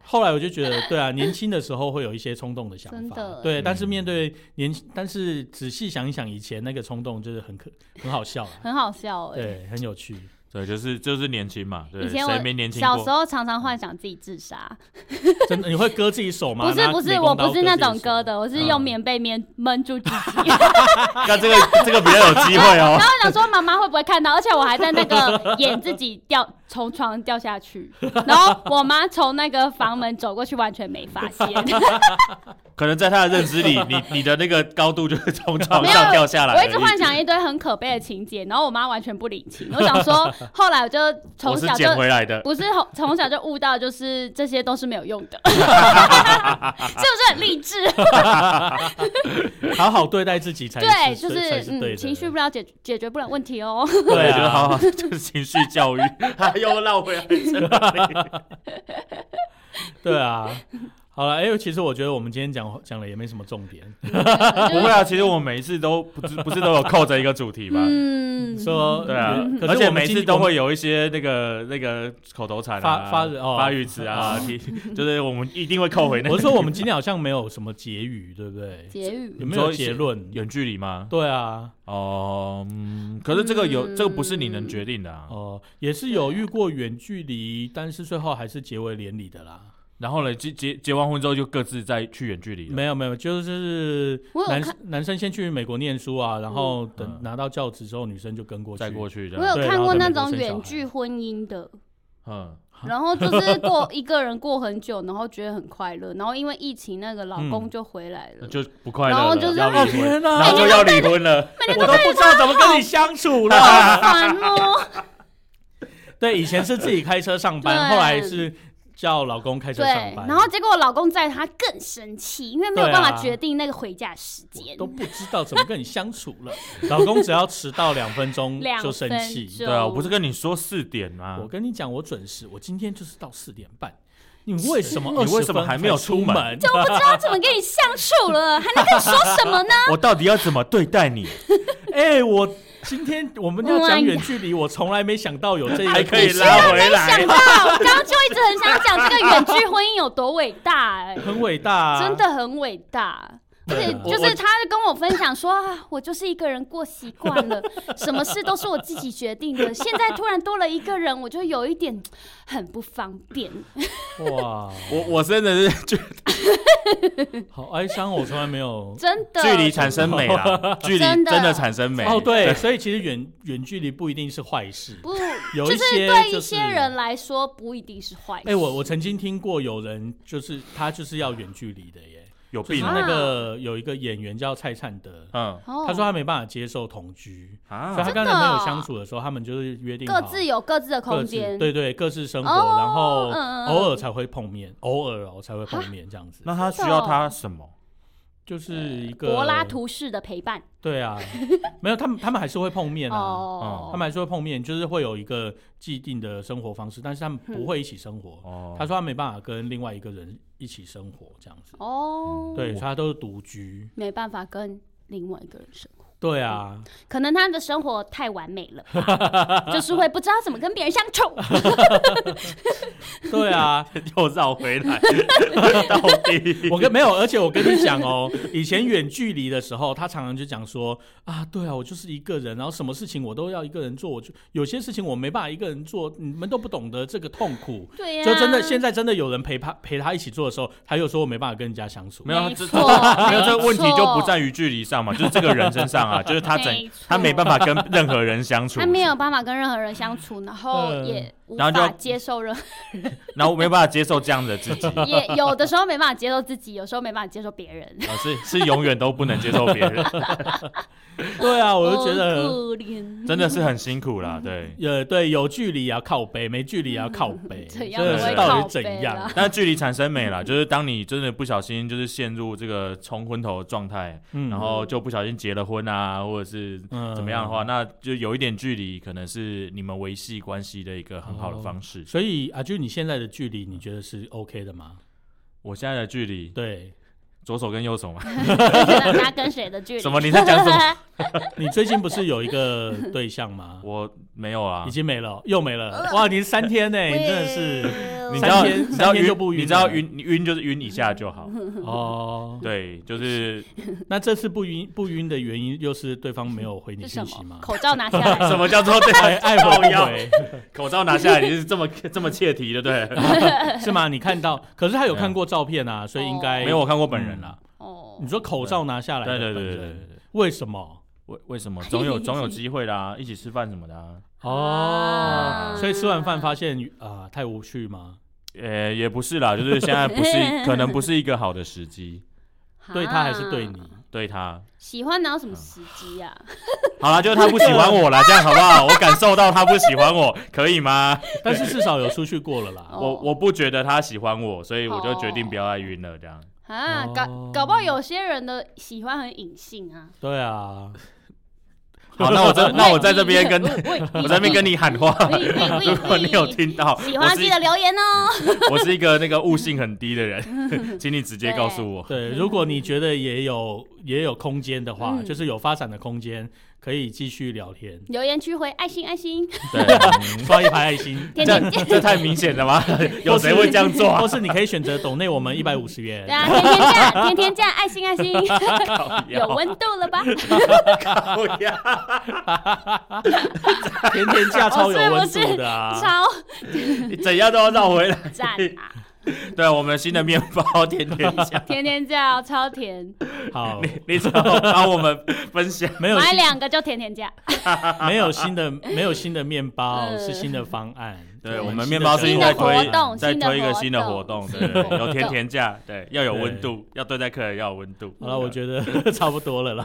Speaker 2: 后来我就觉得，对啊，年轻的时候会有一些冲动的想
Speaker 3: 真
Speaker 2: 法，
Speaker 3: 的
Speaker 2: 对，但是
Speaker 1: 嗯
Speaker 2: 面对年，但是仔细想一想，以前那个冲动就是很可很好笑啊，
Speaker 3: 很好笑哎、
Speaker 2: 对，很有趣，
Speaker 1: 对，就是就是年轻嘛，对，
Speaker 3: 以前
Speaker 1: 谁没
Speaker 3: 我
Speaker 1: 年轻
Speaker 3: 小 时
Speaker 1: 过？
Speaker 3: 候常常幻想自己自杀，
Speaker 2: 真的，你会割自己手吗？
Speaker 3: 不是
Speaker 2: 拿
Speaker 3: 不是，
Speaker 2: 嗯美
Speaker 3: 我
Speaker 2: 工刀
Speaker 3: 不是那
Speaker 2: 自己
Speaker 3: 种
Speaker 2: 手
Speaker 3: 割，的，我是用棉被棉闷住自己。
Speaker 1: 那这个 这个比较有机会哦
Speaker 3: 然。后想说妈妈会不会看到，而且我还在 那个演自己掉从床掉下去，然后我妈从那个房门走过去，完全没发 现，
Speaker 1: 可能在他的认知里，你你的那个高度就是从床
Speaker 3: 没有
Speaker 1: 上掉下来而
Speaker 3: 我
Speaker 1: 已。
Speaker 3: 一直幻想一堆很可悲的情节，然后我妈完全不领情。我 想说，后来我就从
Speaker 1: 我是
Speaker 3: 小就
Speaker 1: 捡回来的，
Speaker 3: 不是从从小就悟到，就是这些都是没有用 的，是不是很励志？
Speaker 2: 好好对待自己才
Speaker 3: 对，
Speaker 2: 是
Speaker 3: 就
Speaker 2: 才
Speaker 3: 是
Speaker 2: 是对
Speaker 3: 嗯，
Speaker 2: 的
Speaker 3: 情绪不了解解决不了问题 哦。
Speaker 2: 对
Speaker 1: 就是
Speaker 2: 啊，
Speaker 1: 好 好就是情绪 教育，他又绕回来这里。
Speaker 2: 对啊。好了，哎、其实我觉得我们今天讲讲了也没什么重
Speaker 3: 嗯
Speaker 2: 点，
Speaker 1: 不会啊，其实我们每一次都不是不是都有扣着一个主题吗？
Speaker 3: 嗯，
Speaker 2: 说
Speaker 1: 对啊，
Speaker 2: 嗯可是
Speaker 1: 而
Speaker 2: 我
Speaker 1: 且
Speaker 2: 们
Speaker 1: 每
Speaker 2: 今
Speaker 1: 次都
Speaker 2: 我们
Speaker 1: 会有一些那个那个口头禅啊、
Speaker 2: 发发哦
Speaker 1: 发语词 啊，你 就是我们一定会扣回那
Speaker 2: 我
Speaker 1: 个
Speaker 2: 是说，我们今天好像没有什么结语，对不对？
Speaker 3: 结语
Speaker 2: 有没
Speaker 1: 你
Speaker 2: 有
Speaker 1: 说
Speaker 2: 结论？
Speaker 1: 远距离吗？
Speaker 2: 对啊，
Speaker 1: 哦、嗯可是这个有、
Speaker 3: 嗯
Speaker 1: 这个不是你能决定的啊。
Speaker 2: 哦、也是有遇过远距离，但是最后还是结为连理的啦。
Speaker 1: 然后呢，结结结完婚之后就各自再去远距离了。
Speaker 2: 没有没有，就是
Speaker 3: 我有
Speaker 2: 男
Speaker 3: 看
Speaker 2: 男生先去美国念书啊，然后等
Speaker 1: 嗯
Speaker 2: 拿到教职之后，女生就跟过去。
Speaker 1: 再过去这
Speaker 3: 我
Speaker 1: 样，
Speaker 3: 有
Speaker 2: 对
Speaker 3: 看过
Speaker 2: 然后在美国
Speaker 3: 那种
Speaker 2: 生小
Speaker 3: 远
Speaker 2: 孩
Speaker 3: 距婚姻的，
Speaker 1: 嗯，
Speaker 3: 然后就是过一个人过很久，然后觉得很快乐，然后因为疫情那个老公
Speaker 2: 嗯
Speaker 3: 就回来了
Speaker 1: 那，就不快乐
Speaker 3: 然后
Speaker 1: 了，
Speaker 3: 就是
Speaker 1: 要
Speaker 2: 哦
Speaker 1: 离婚，
Speaker 2: 天哪、
Speaker 1: 然后就要离婚了。
Speaker 2: 我都不知道怎么跟你相处了。
Speaker 3: 好烦 哦。
Speaker 2: 对，以前是自己开车上班，
Speaker 3: 对
Speaker 2: 后来是叫老公开车
Speaker 3: 对
Speaker 2: 上，班，
Speaker 3: 然后结果我老公在，他更生气，因为没有
Speaker 2: 对
Speaker 3: 办法
Speaker 2: 啊
Speaker 3: 决定那个回家时
Speaker 2: 我
Speaker 3: 间。
Speaker 2: 都不知道怎么跟你相处了。 老公只要迟到两分钟
Speaker 3: 两
Speaker 2: 就生
Speaker 3: 分
Speaker 2: 气，
Speaker 3: 钟
Speaker 1: 对啊，我不是跟你说四点吗
Speaker 2: 我？跟你讲，我准时，我今天就是到四点半。你为什么？
Speaker 1: 你为什么还没有
Speaker 2: 出
Speaker 1: 出门
Speaker 2: 门？
Speaker 3: 我不知道怎么跟你相处了，还能跟你说什 么呢？
Speaker 1: 我到底要怎么对待你？
Speaker 2: 哎、我今天我们要讲远距离，我从来没想到有这 一
Speaker 1: 还
Speaker 2: 个
Speaker 1: 可以
Speaker 2: 故事
Speaker 1: 拉回
Speaker 3: 想
Speaker 1: 来
Speaker 3: 到，。我刚刚就一直很想讲这个远距婚姻有多伟大、哎，
Speaker 2: 很伟大、啊，啊
Speaker 3: 真。的很伟大。对，
Speaker 1: 我
Speaker 3: 就是他跟我分享说啊，我就是一个人过习惯 了，什么事都是我自己决定的。现在突然多了一个人，我就有一点很不方 便。
Speaker 2: 哇，
Speaker 1: 我我真的 是距
Speaker 2: 好哀伤哦，我从来没有。
Speaker 3: 真的，
Speaker 1: 距离产生美啦，距离
Speaker 3: 真 的
Speaker 1: 真的产生美。
Speaker 2: 哦，对，所以其实远远距离不一定是坏事，
Speaker 3: 不，
Speaker 2: 有
Speaker 3: 就
Speaker 2: 一些
Speaker 3: 对
Speaker 2: 就是
Speaker 3: 一些人来说不一定是坏事。
Speaker 2: 哎、我我曾经听过有人就是他就是要远距离的耶，
Speaker 1: 有
Speaker 2: 就是
Speaker 1: 病
Speaker 3: 啊
Speaker 1: 哦。
Speaker 2: 那个有一个演员叫蔡灿德，
Speaker 1: 嗯
Speaker 3: 哦
Speaker 2: 他说他没办法接受同居，所以他
Speaker 1: 啊，
Speaker 2: 跟
Speaker 3: 真的
Speaker 2: 男朋友
Speaker 3: 哦
Speaker 2: 相处的时候，他们就是约定
Speaker 3: 各
Speaker 2: 好
Speaker 3: 自有各自的
Speaker 2: 各
Speaker 3: 空
Speaker 2: 自
Speaker 3: 间，
Speaker 2: 对对，各自生活，
Speaker 3: 哦
Speaker 2: 然后
Speaker 3: 嗯嗯
Speaker 2: 偶尔才会碰面，偶尔哦才会碰面这样子，
Speaker 1: 那他需
Speaker 3: 真的
Speaker 1: 要
Speaker 3: 哦
Speaker 1: 他什么？
Speaker 2: 就是一个
Speaker 3: 呃柏拉图式的陪伴。
Speaker 2: 对啊， 没有他们他们还是会碰面
Speaker 3: 哦
Speaker 2: 啊。他们还是会碰面，就是会有一个既定的生活方式，但是他们不会一起生活。
Speaker 1: 哦，
Speaker 2: 他说他没办法跟另外一个人一起生活这样子，
Speaker 3: 哦，
Speaker 2: 对，所以他都是独居。
Speaker 3: 没办法跟另外一个人生活，
Speaker 2: 对啊，
Speaker 3: 可能他的生活太完美了吧， 就是会不知道怎么跟别人相处。
Speaker 2: 对啊，
Speaker 1: 又绕回来 到底。
Speaker 2: 我跟没有，而且我跟你讲哦，以前远距离的时候，他常常就讲说啊，对啊，我就是一个人，然后什么事情我都要一个人做，我就有些事情我没办法一个人做，你们都不懂得这个痛苦。
Speaker 3: 对啊呀、
Speaker 2: 就真的，现在真的有人陪他陪他一起做的时候，他又说我没办法跟人家相处。
Speaker 1: 没有
Speaker 3: 没
Speaker 1: 这
Speaker 3: 错，
Speaker 1: 没有这个问题就不在
Speaker 3: 于
Speaker 1: 于距离上嘛，就是这个人身上啊，就是他
Speaker 3: 没
Speaker 1: 整
Speaker 3: 错
Speaker 1: 他没办法跟任何人相处
Speaker 3: 他，没有办法跟任何人相处，然后
Speaker 2: 嗯
Speaker 3: 也无
Speaker 1: 然后就
Speaker 3: 法接受任何，
Speaker 1: 然后没办法接受这样的 自己，呃
Speaker 3: 也 有的时候没办法接受自己，有时候没办法接受别人。
Speaker 1: 啊是是永远都不能接受别人，
Speaker 2: 对啊，我就觉
Speaker 3: 哦
Speaker 2: 得，
Speaker 3: 可怜，
Speaker 1: 真的是很辛苦啦，对。
Speaker 2: 呃，对，有距离也要靠背，没距离也要靠背，
Speaker 3: 这
Speaker 2: 真
Speaker 3: 嗯样
Speaker 2: 的
Speaker 1: 不会
Speaker 2: 是到
Speaker 3: 靠
Speaker 2: 底怎
Speaker 3: 背
Speaker 2: 样
Speaker 3: 啦？
Speaker 1: 但距离产生美啦，就是当你真的不小心就是陷入这个冲昏头的状态，
Speaker 2: 嗯
Speaker 1: 然后就不小心结了婚啊，或者是怎么样的话，？那就有一点距离，可能是你们维系关系的一个很好的方式
Speaker 2: 嗯。所以啊，就你现在的距离，你觉得是 OK 的吗？
Speaker 1: 我现在的距离，
Speaker 2: 对
Speaker 1: 左手跟右手嘛，
Speaker 3: 他跟谁的距离？
Speaker 1: 什么你在讲什 么？
Speaker 2: 你最近不是有一 个对象吗？
Speaker 1: 我没有啊呃
Speaker 2: 已。经没了，又没了。哇，你三天呢、哎你真的是
Speaker 1: 你知道，
Speaker 2: 三天
Speaker 1: 你知道
Speaker 2: 三天就不
Speaker 1: 晕，
Speaker 2: 晕
Speaker 1: 你知道
Speaker 2: 了
Speaker 1: 晕，你晕就是晕一下就 好。
Speaker 2: 哦。
Speaker 1: 对， 就是
Speaker 2: 那这次不晕不晕的原因，又是对方没有回你
Speaker 3: 是
Speaker 2: 信
Speaker 3: 什
Speaker 2: 息吗
Speaker 3: 么？？口罩拿下来，
Speaker 1: 什么叫做对
Speaker 2: 爱爱回
Speaker 1: 靠
Speaker 2: 不
Speaker 1: 腰
Speaker 2: 回
Speaker 1: 口罩拿下来，你是这么这么切题的，对？
Speaker 2: 是吗？你看到，可是他有看过照片啊，所以应
Speaker 1: 嗯
Speaker 2: 该
Speaker 1: 没有，我看过本人啦。
Speaker 3: 哦
Speaker 2: 你，说口罩拿下来的
Speaker 1: 嗯对对
Speaker 2: 本人，
Speaker 1: 对对对对。
Speaker 2: 为什么？
Speaker 1: 为为什么总 有总有机会啦，一起吃饭什么的、啊，
Speaker 2: 哦
Speaker 3: 啊，
Speaker 2: 所以吃完饭发现啊、太无趣吗？
Speaker 1: 呃，也不是啦，就是现在不 是可能不是一个好的时机，
Speaker 2: 对他还是对你
Speaker 3: 啊？？
Speaker 1: 对他。
Speaker 3: 喜欢哪有什么时机啊？
Speaker 1: 好啦，就是他不喜欢我啦，这样好不 好？我感受到他不喜欢我，可以吗？
Speaker 2: 但是至少有出去过了啦。
Speaker 3: 哦
Speaker 1: 我我不觉得他喜欢我，所以我就决定不要再晕了，这样。
Speaker 3: 啊，
Speaker 2: 哦
Speaker 3: 搞搞不好有些人的喜欢很隐性啊。
Speaker 2: 对啊，
Speaker 1: 好，那我 在哦那我在这边跟
Speaker 3: 我
Speaker 1: 我在这边跟你喊话，
Speaker 3: 喂喂喂喂
Speaker 1: 如果你有听到，
Speaker 3: 喜
Speaker 1: 我
Speaker 3: 欢
Speaker 1: 是
Speaker 3: 记得留言哦。
Speaker 1: 我是一个那个悟性很低的 人，请你直接告诉我。
Speaker 2: 对，如果你觉得也有也有空间的话，
Speaker 3: 嗯
Speaker 2: 就是有发展的空间，可以继续聊天，
Speaker 3: 留言区回爱心爱心，。
Speaker 1: 对，嗯
Speaker 2: 刷一排爱心
Speaker 3: 点
Speaker 1: 这
Speaker 3: 点
Speaker 1: 这太明显了 吗？有谁会这样做啊
Speaker 2: 或？是你可以选择抖内我们一百五十元
Speaker 3: 嗯对。 啊，天天 价，天天价，爱心爱心，有啊温度了 吧？
Speaker 1: 啊不要。
Speaker 2: 甜甜价超有温度的啊！
Speaker 3: 超
Speaker 1: 你怎样都要绕回来。
Speaker 3: 赞啊！
Speaker 1: 对，我们新的面包天天香，
Speaker 3: 天天价哦超甜，哦
Speaker 2: 好，
Speaker 1: 你怎么帮我们分享？
Speaker 2: 没有
Speaker 3: 买
Speaker 2: 新
Speaker 3: 两个就天 天价，
Speaker 2: 没有新的没有新的面包，
Speaker 3: 嗯
Speaker 2: 是新的方案。
Speaker 1: 对
Speaker 2: 新
Speaker 1: 我
Speaker 2: 的
Speaker 1: 们面包是因
Speaker 2: 整
Speaker 1: 为
Speaker 2: 理
Speaker 3: 新的
Speaker 1: 推
Speaker 3: 活动
Speaker 1: 在
Speaker 3: 新的
Speaker 1: 推一个
Speaker 3: 活
Speaker 1: 新的活动，
Speaker 3: 动
Speaker 1: 对对，对
Speaker 3: 活
Speaker 1: 有
Speaker 3: 动
Speaker 1: 甜甜价，对，要有温度，要对待客人要有温度。
Speaker 2: 好了，我觉得 差不多了啦。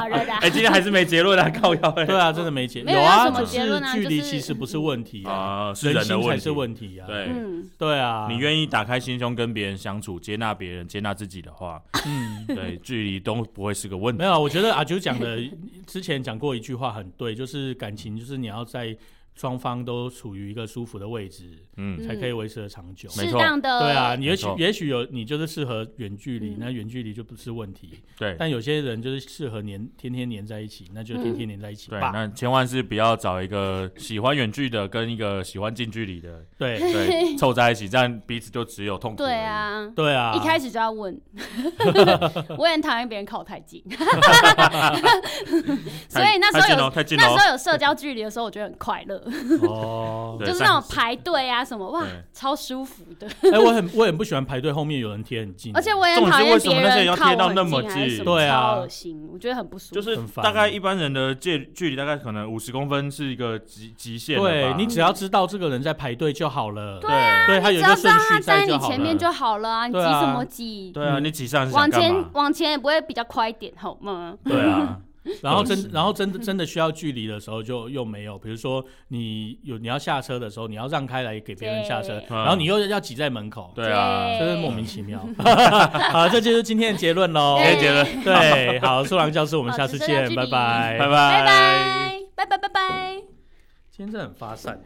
Speaker 3: 好热的。
Speaker 1: 哎，今天还是没结论啊，靠腰
Speaker 2: 对
Speaker 1: 哎。
Speaker 2: 啊，真的没结
Speaker 3: 没有要
Speaker 2: 啊，
Speaker 3: 什么
Speaker 2: 就
Speaker 3: 结论啊
Speaker 2: 距离
Speaker 3: 就是
Speaker 2: 其实不是问题啊，
Speaker 1: 啊，是人的
Speaker 2: 心
Speaker 1: 问
Speaker 2: 才
Speaker 1: 题
Speaker 2: 是问题啊。
Speaker 1: 对，
Speaker 3: 嗯，
Speaker 2: 对啊，
Speaker 1: 你愿意打开心胸跟别人相处，接纳别人，接纳自己的话，
Speaker 2: 嗯
Speaker 1: 对，距离都不会是个问
Speaker 2: 没啊
Speaker 1: 题。
Speaker 2: 有，我觉得阿九讲的之前讲过一句话很对，就是感情就是你要在双方都处于一个舒服的位置，
Speaker 1: 嗯，
Speaker 2: 才可以维持的长久。
Speaker 1: 没
Speaker 3: 适
Speaker 1: 错
Speaker 3: 当的
Speaker 2: 对啊，你也
Speaker 1: 没
Speaker 2: 许
Speaker 1: 错
Speaker 2: 也许有你就是适合远距离
Speaker 3: 嗯，
Speaker 2: 那远距离就不是问题。
Speaker 1: 对
Speaker 2: 但有些人就是适合黏天天黏在一起，那就
Speaker 3: 嗯
Speaker 2: 天天黏在一起
Speaker 1: 对，
Speaker 2: 吧。
Speaker 1: 那千万是不要找一个喜欢远距的跟一个喜欢近距离 的，
Speaker 2: 对
Speaker 1: 对，凑在一起，这样彼此就只有痛苦。
Speaker 3: 对，啊。
Speaker 2: 对啊，
Speaker 3: 一开始就 要问，我也很讨厌别人靠我太近，所以那时
Speaker 1: 太
Speaker 3: 候
Speaker 1: 近
Speaker 3: 有
Speaker 1: 了，太近了
Speaker 3: 那时
Speaker 1: 哦。
Speaker 3: 候有社交距离的时候，我觉得很快乐，
Speaker 2: 哦
Speaker 1: 对，
Speaker 3: 就是那种排队啊什么，哇
Speaker 1: 对，嗯
Speaker 3: 超舒服的。
Speaker 2: 哎，我很我很不喜欢排队后面有人贴很近，
Speaker 3: 而且我也很
Speaker 1: 重点
Speaker 3: 讨
Speaker 1: 是
Speaker 3: 厌
Speaker 1: 为什么
Speaker 3: 别
Speaker 1: 那些人
Speaker 3: 人
Speaker 1: 要
Speaker 3: 靠
Speaker 1: 贴到
Speaker 3: 我
Speaker 1: 那
Speaker 3: 很
Speaker 1: 么
Speaker 3: 近还是什
Speaker 1: 近
Speaker 3: 么
Speaker 2: 对啊
Speaker 3: 超恶心，我觉得很不舒服。
Speaker 1: 就是
Speaker 2: 很烦
Speaker 1: 大概一般人的距距离大概可能五十公分是一个极极限了吧。
Speaker 2: 对你只要知道这个人在排队就好了。
Speaker 1: 对啊
Speaker 2: 对他有
Speaker 3: 只
Speaker 2: 一
Speaker 3: 要
Speaker 2: 个
Speaker 3: 知道
Speaker 2: 顺
Speaker 3: 他
Speaker 2: 序
Speaker 3: 在
Speaker 2: 就
Speaker 3: 你
Speaker 2: 好
Speaker 3: 前
Speaker 2: 了。
Speaker 3: 面就好了啊，你急
Speaker 2: 对啊
Speaker 3: 什么急？
Speaker 1: 对
Speaker 2: 嗯
Speaker 1: 啊，你挤上是想
Speaker 3: 往
Speaker 1: 干
Speaker 3: 前
Speaker 1: 嘛？
Speaker 3: 往前也不会比较快一点好 吗？
Speaker 1: 对啊，
Speaker 2: 然后
Speaker 1: 都
Speaker 2: 真
Speaker 1: 是
Speaker 2: 然后真的真的需要距离的时候就又没有，比如说你有你要下车的时候，你要让开来给别人下车
Speaker 3: 对，
Speaker 1: 嗯
Speaker 2: 然后你又要挤在门口，
Speaker 1: 对啊，
Speaker 2: 真是莫名其妙。 好，这就是今天的结论喽。
Speaker 1: 可
Speaker 3: 对
Speaker 1: 以结论，
Speaker 2: 对，好，树狼教室，我们
Speaker 3: 好
Speaker 2: 下次
Speaker 3: 只剩下距
Speaker 2: 见，
Speaker 3: 离
Speaker 2: 拜拜，
Speaker 1: 拜拜。
Speaker 3: 拜拜拜拜拜拜。
Speaker 2: 今天真的很发散。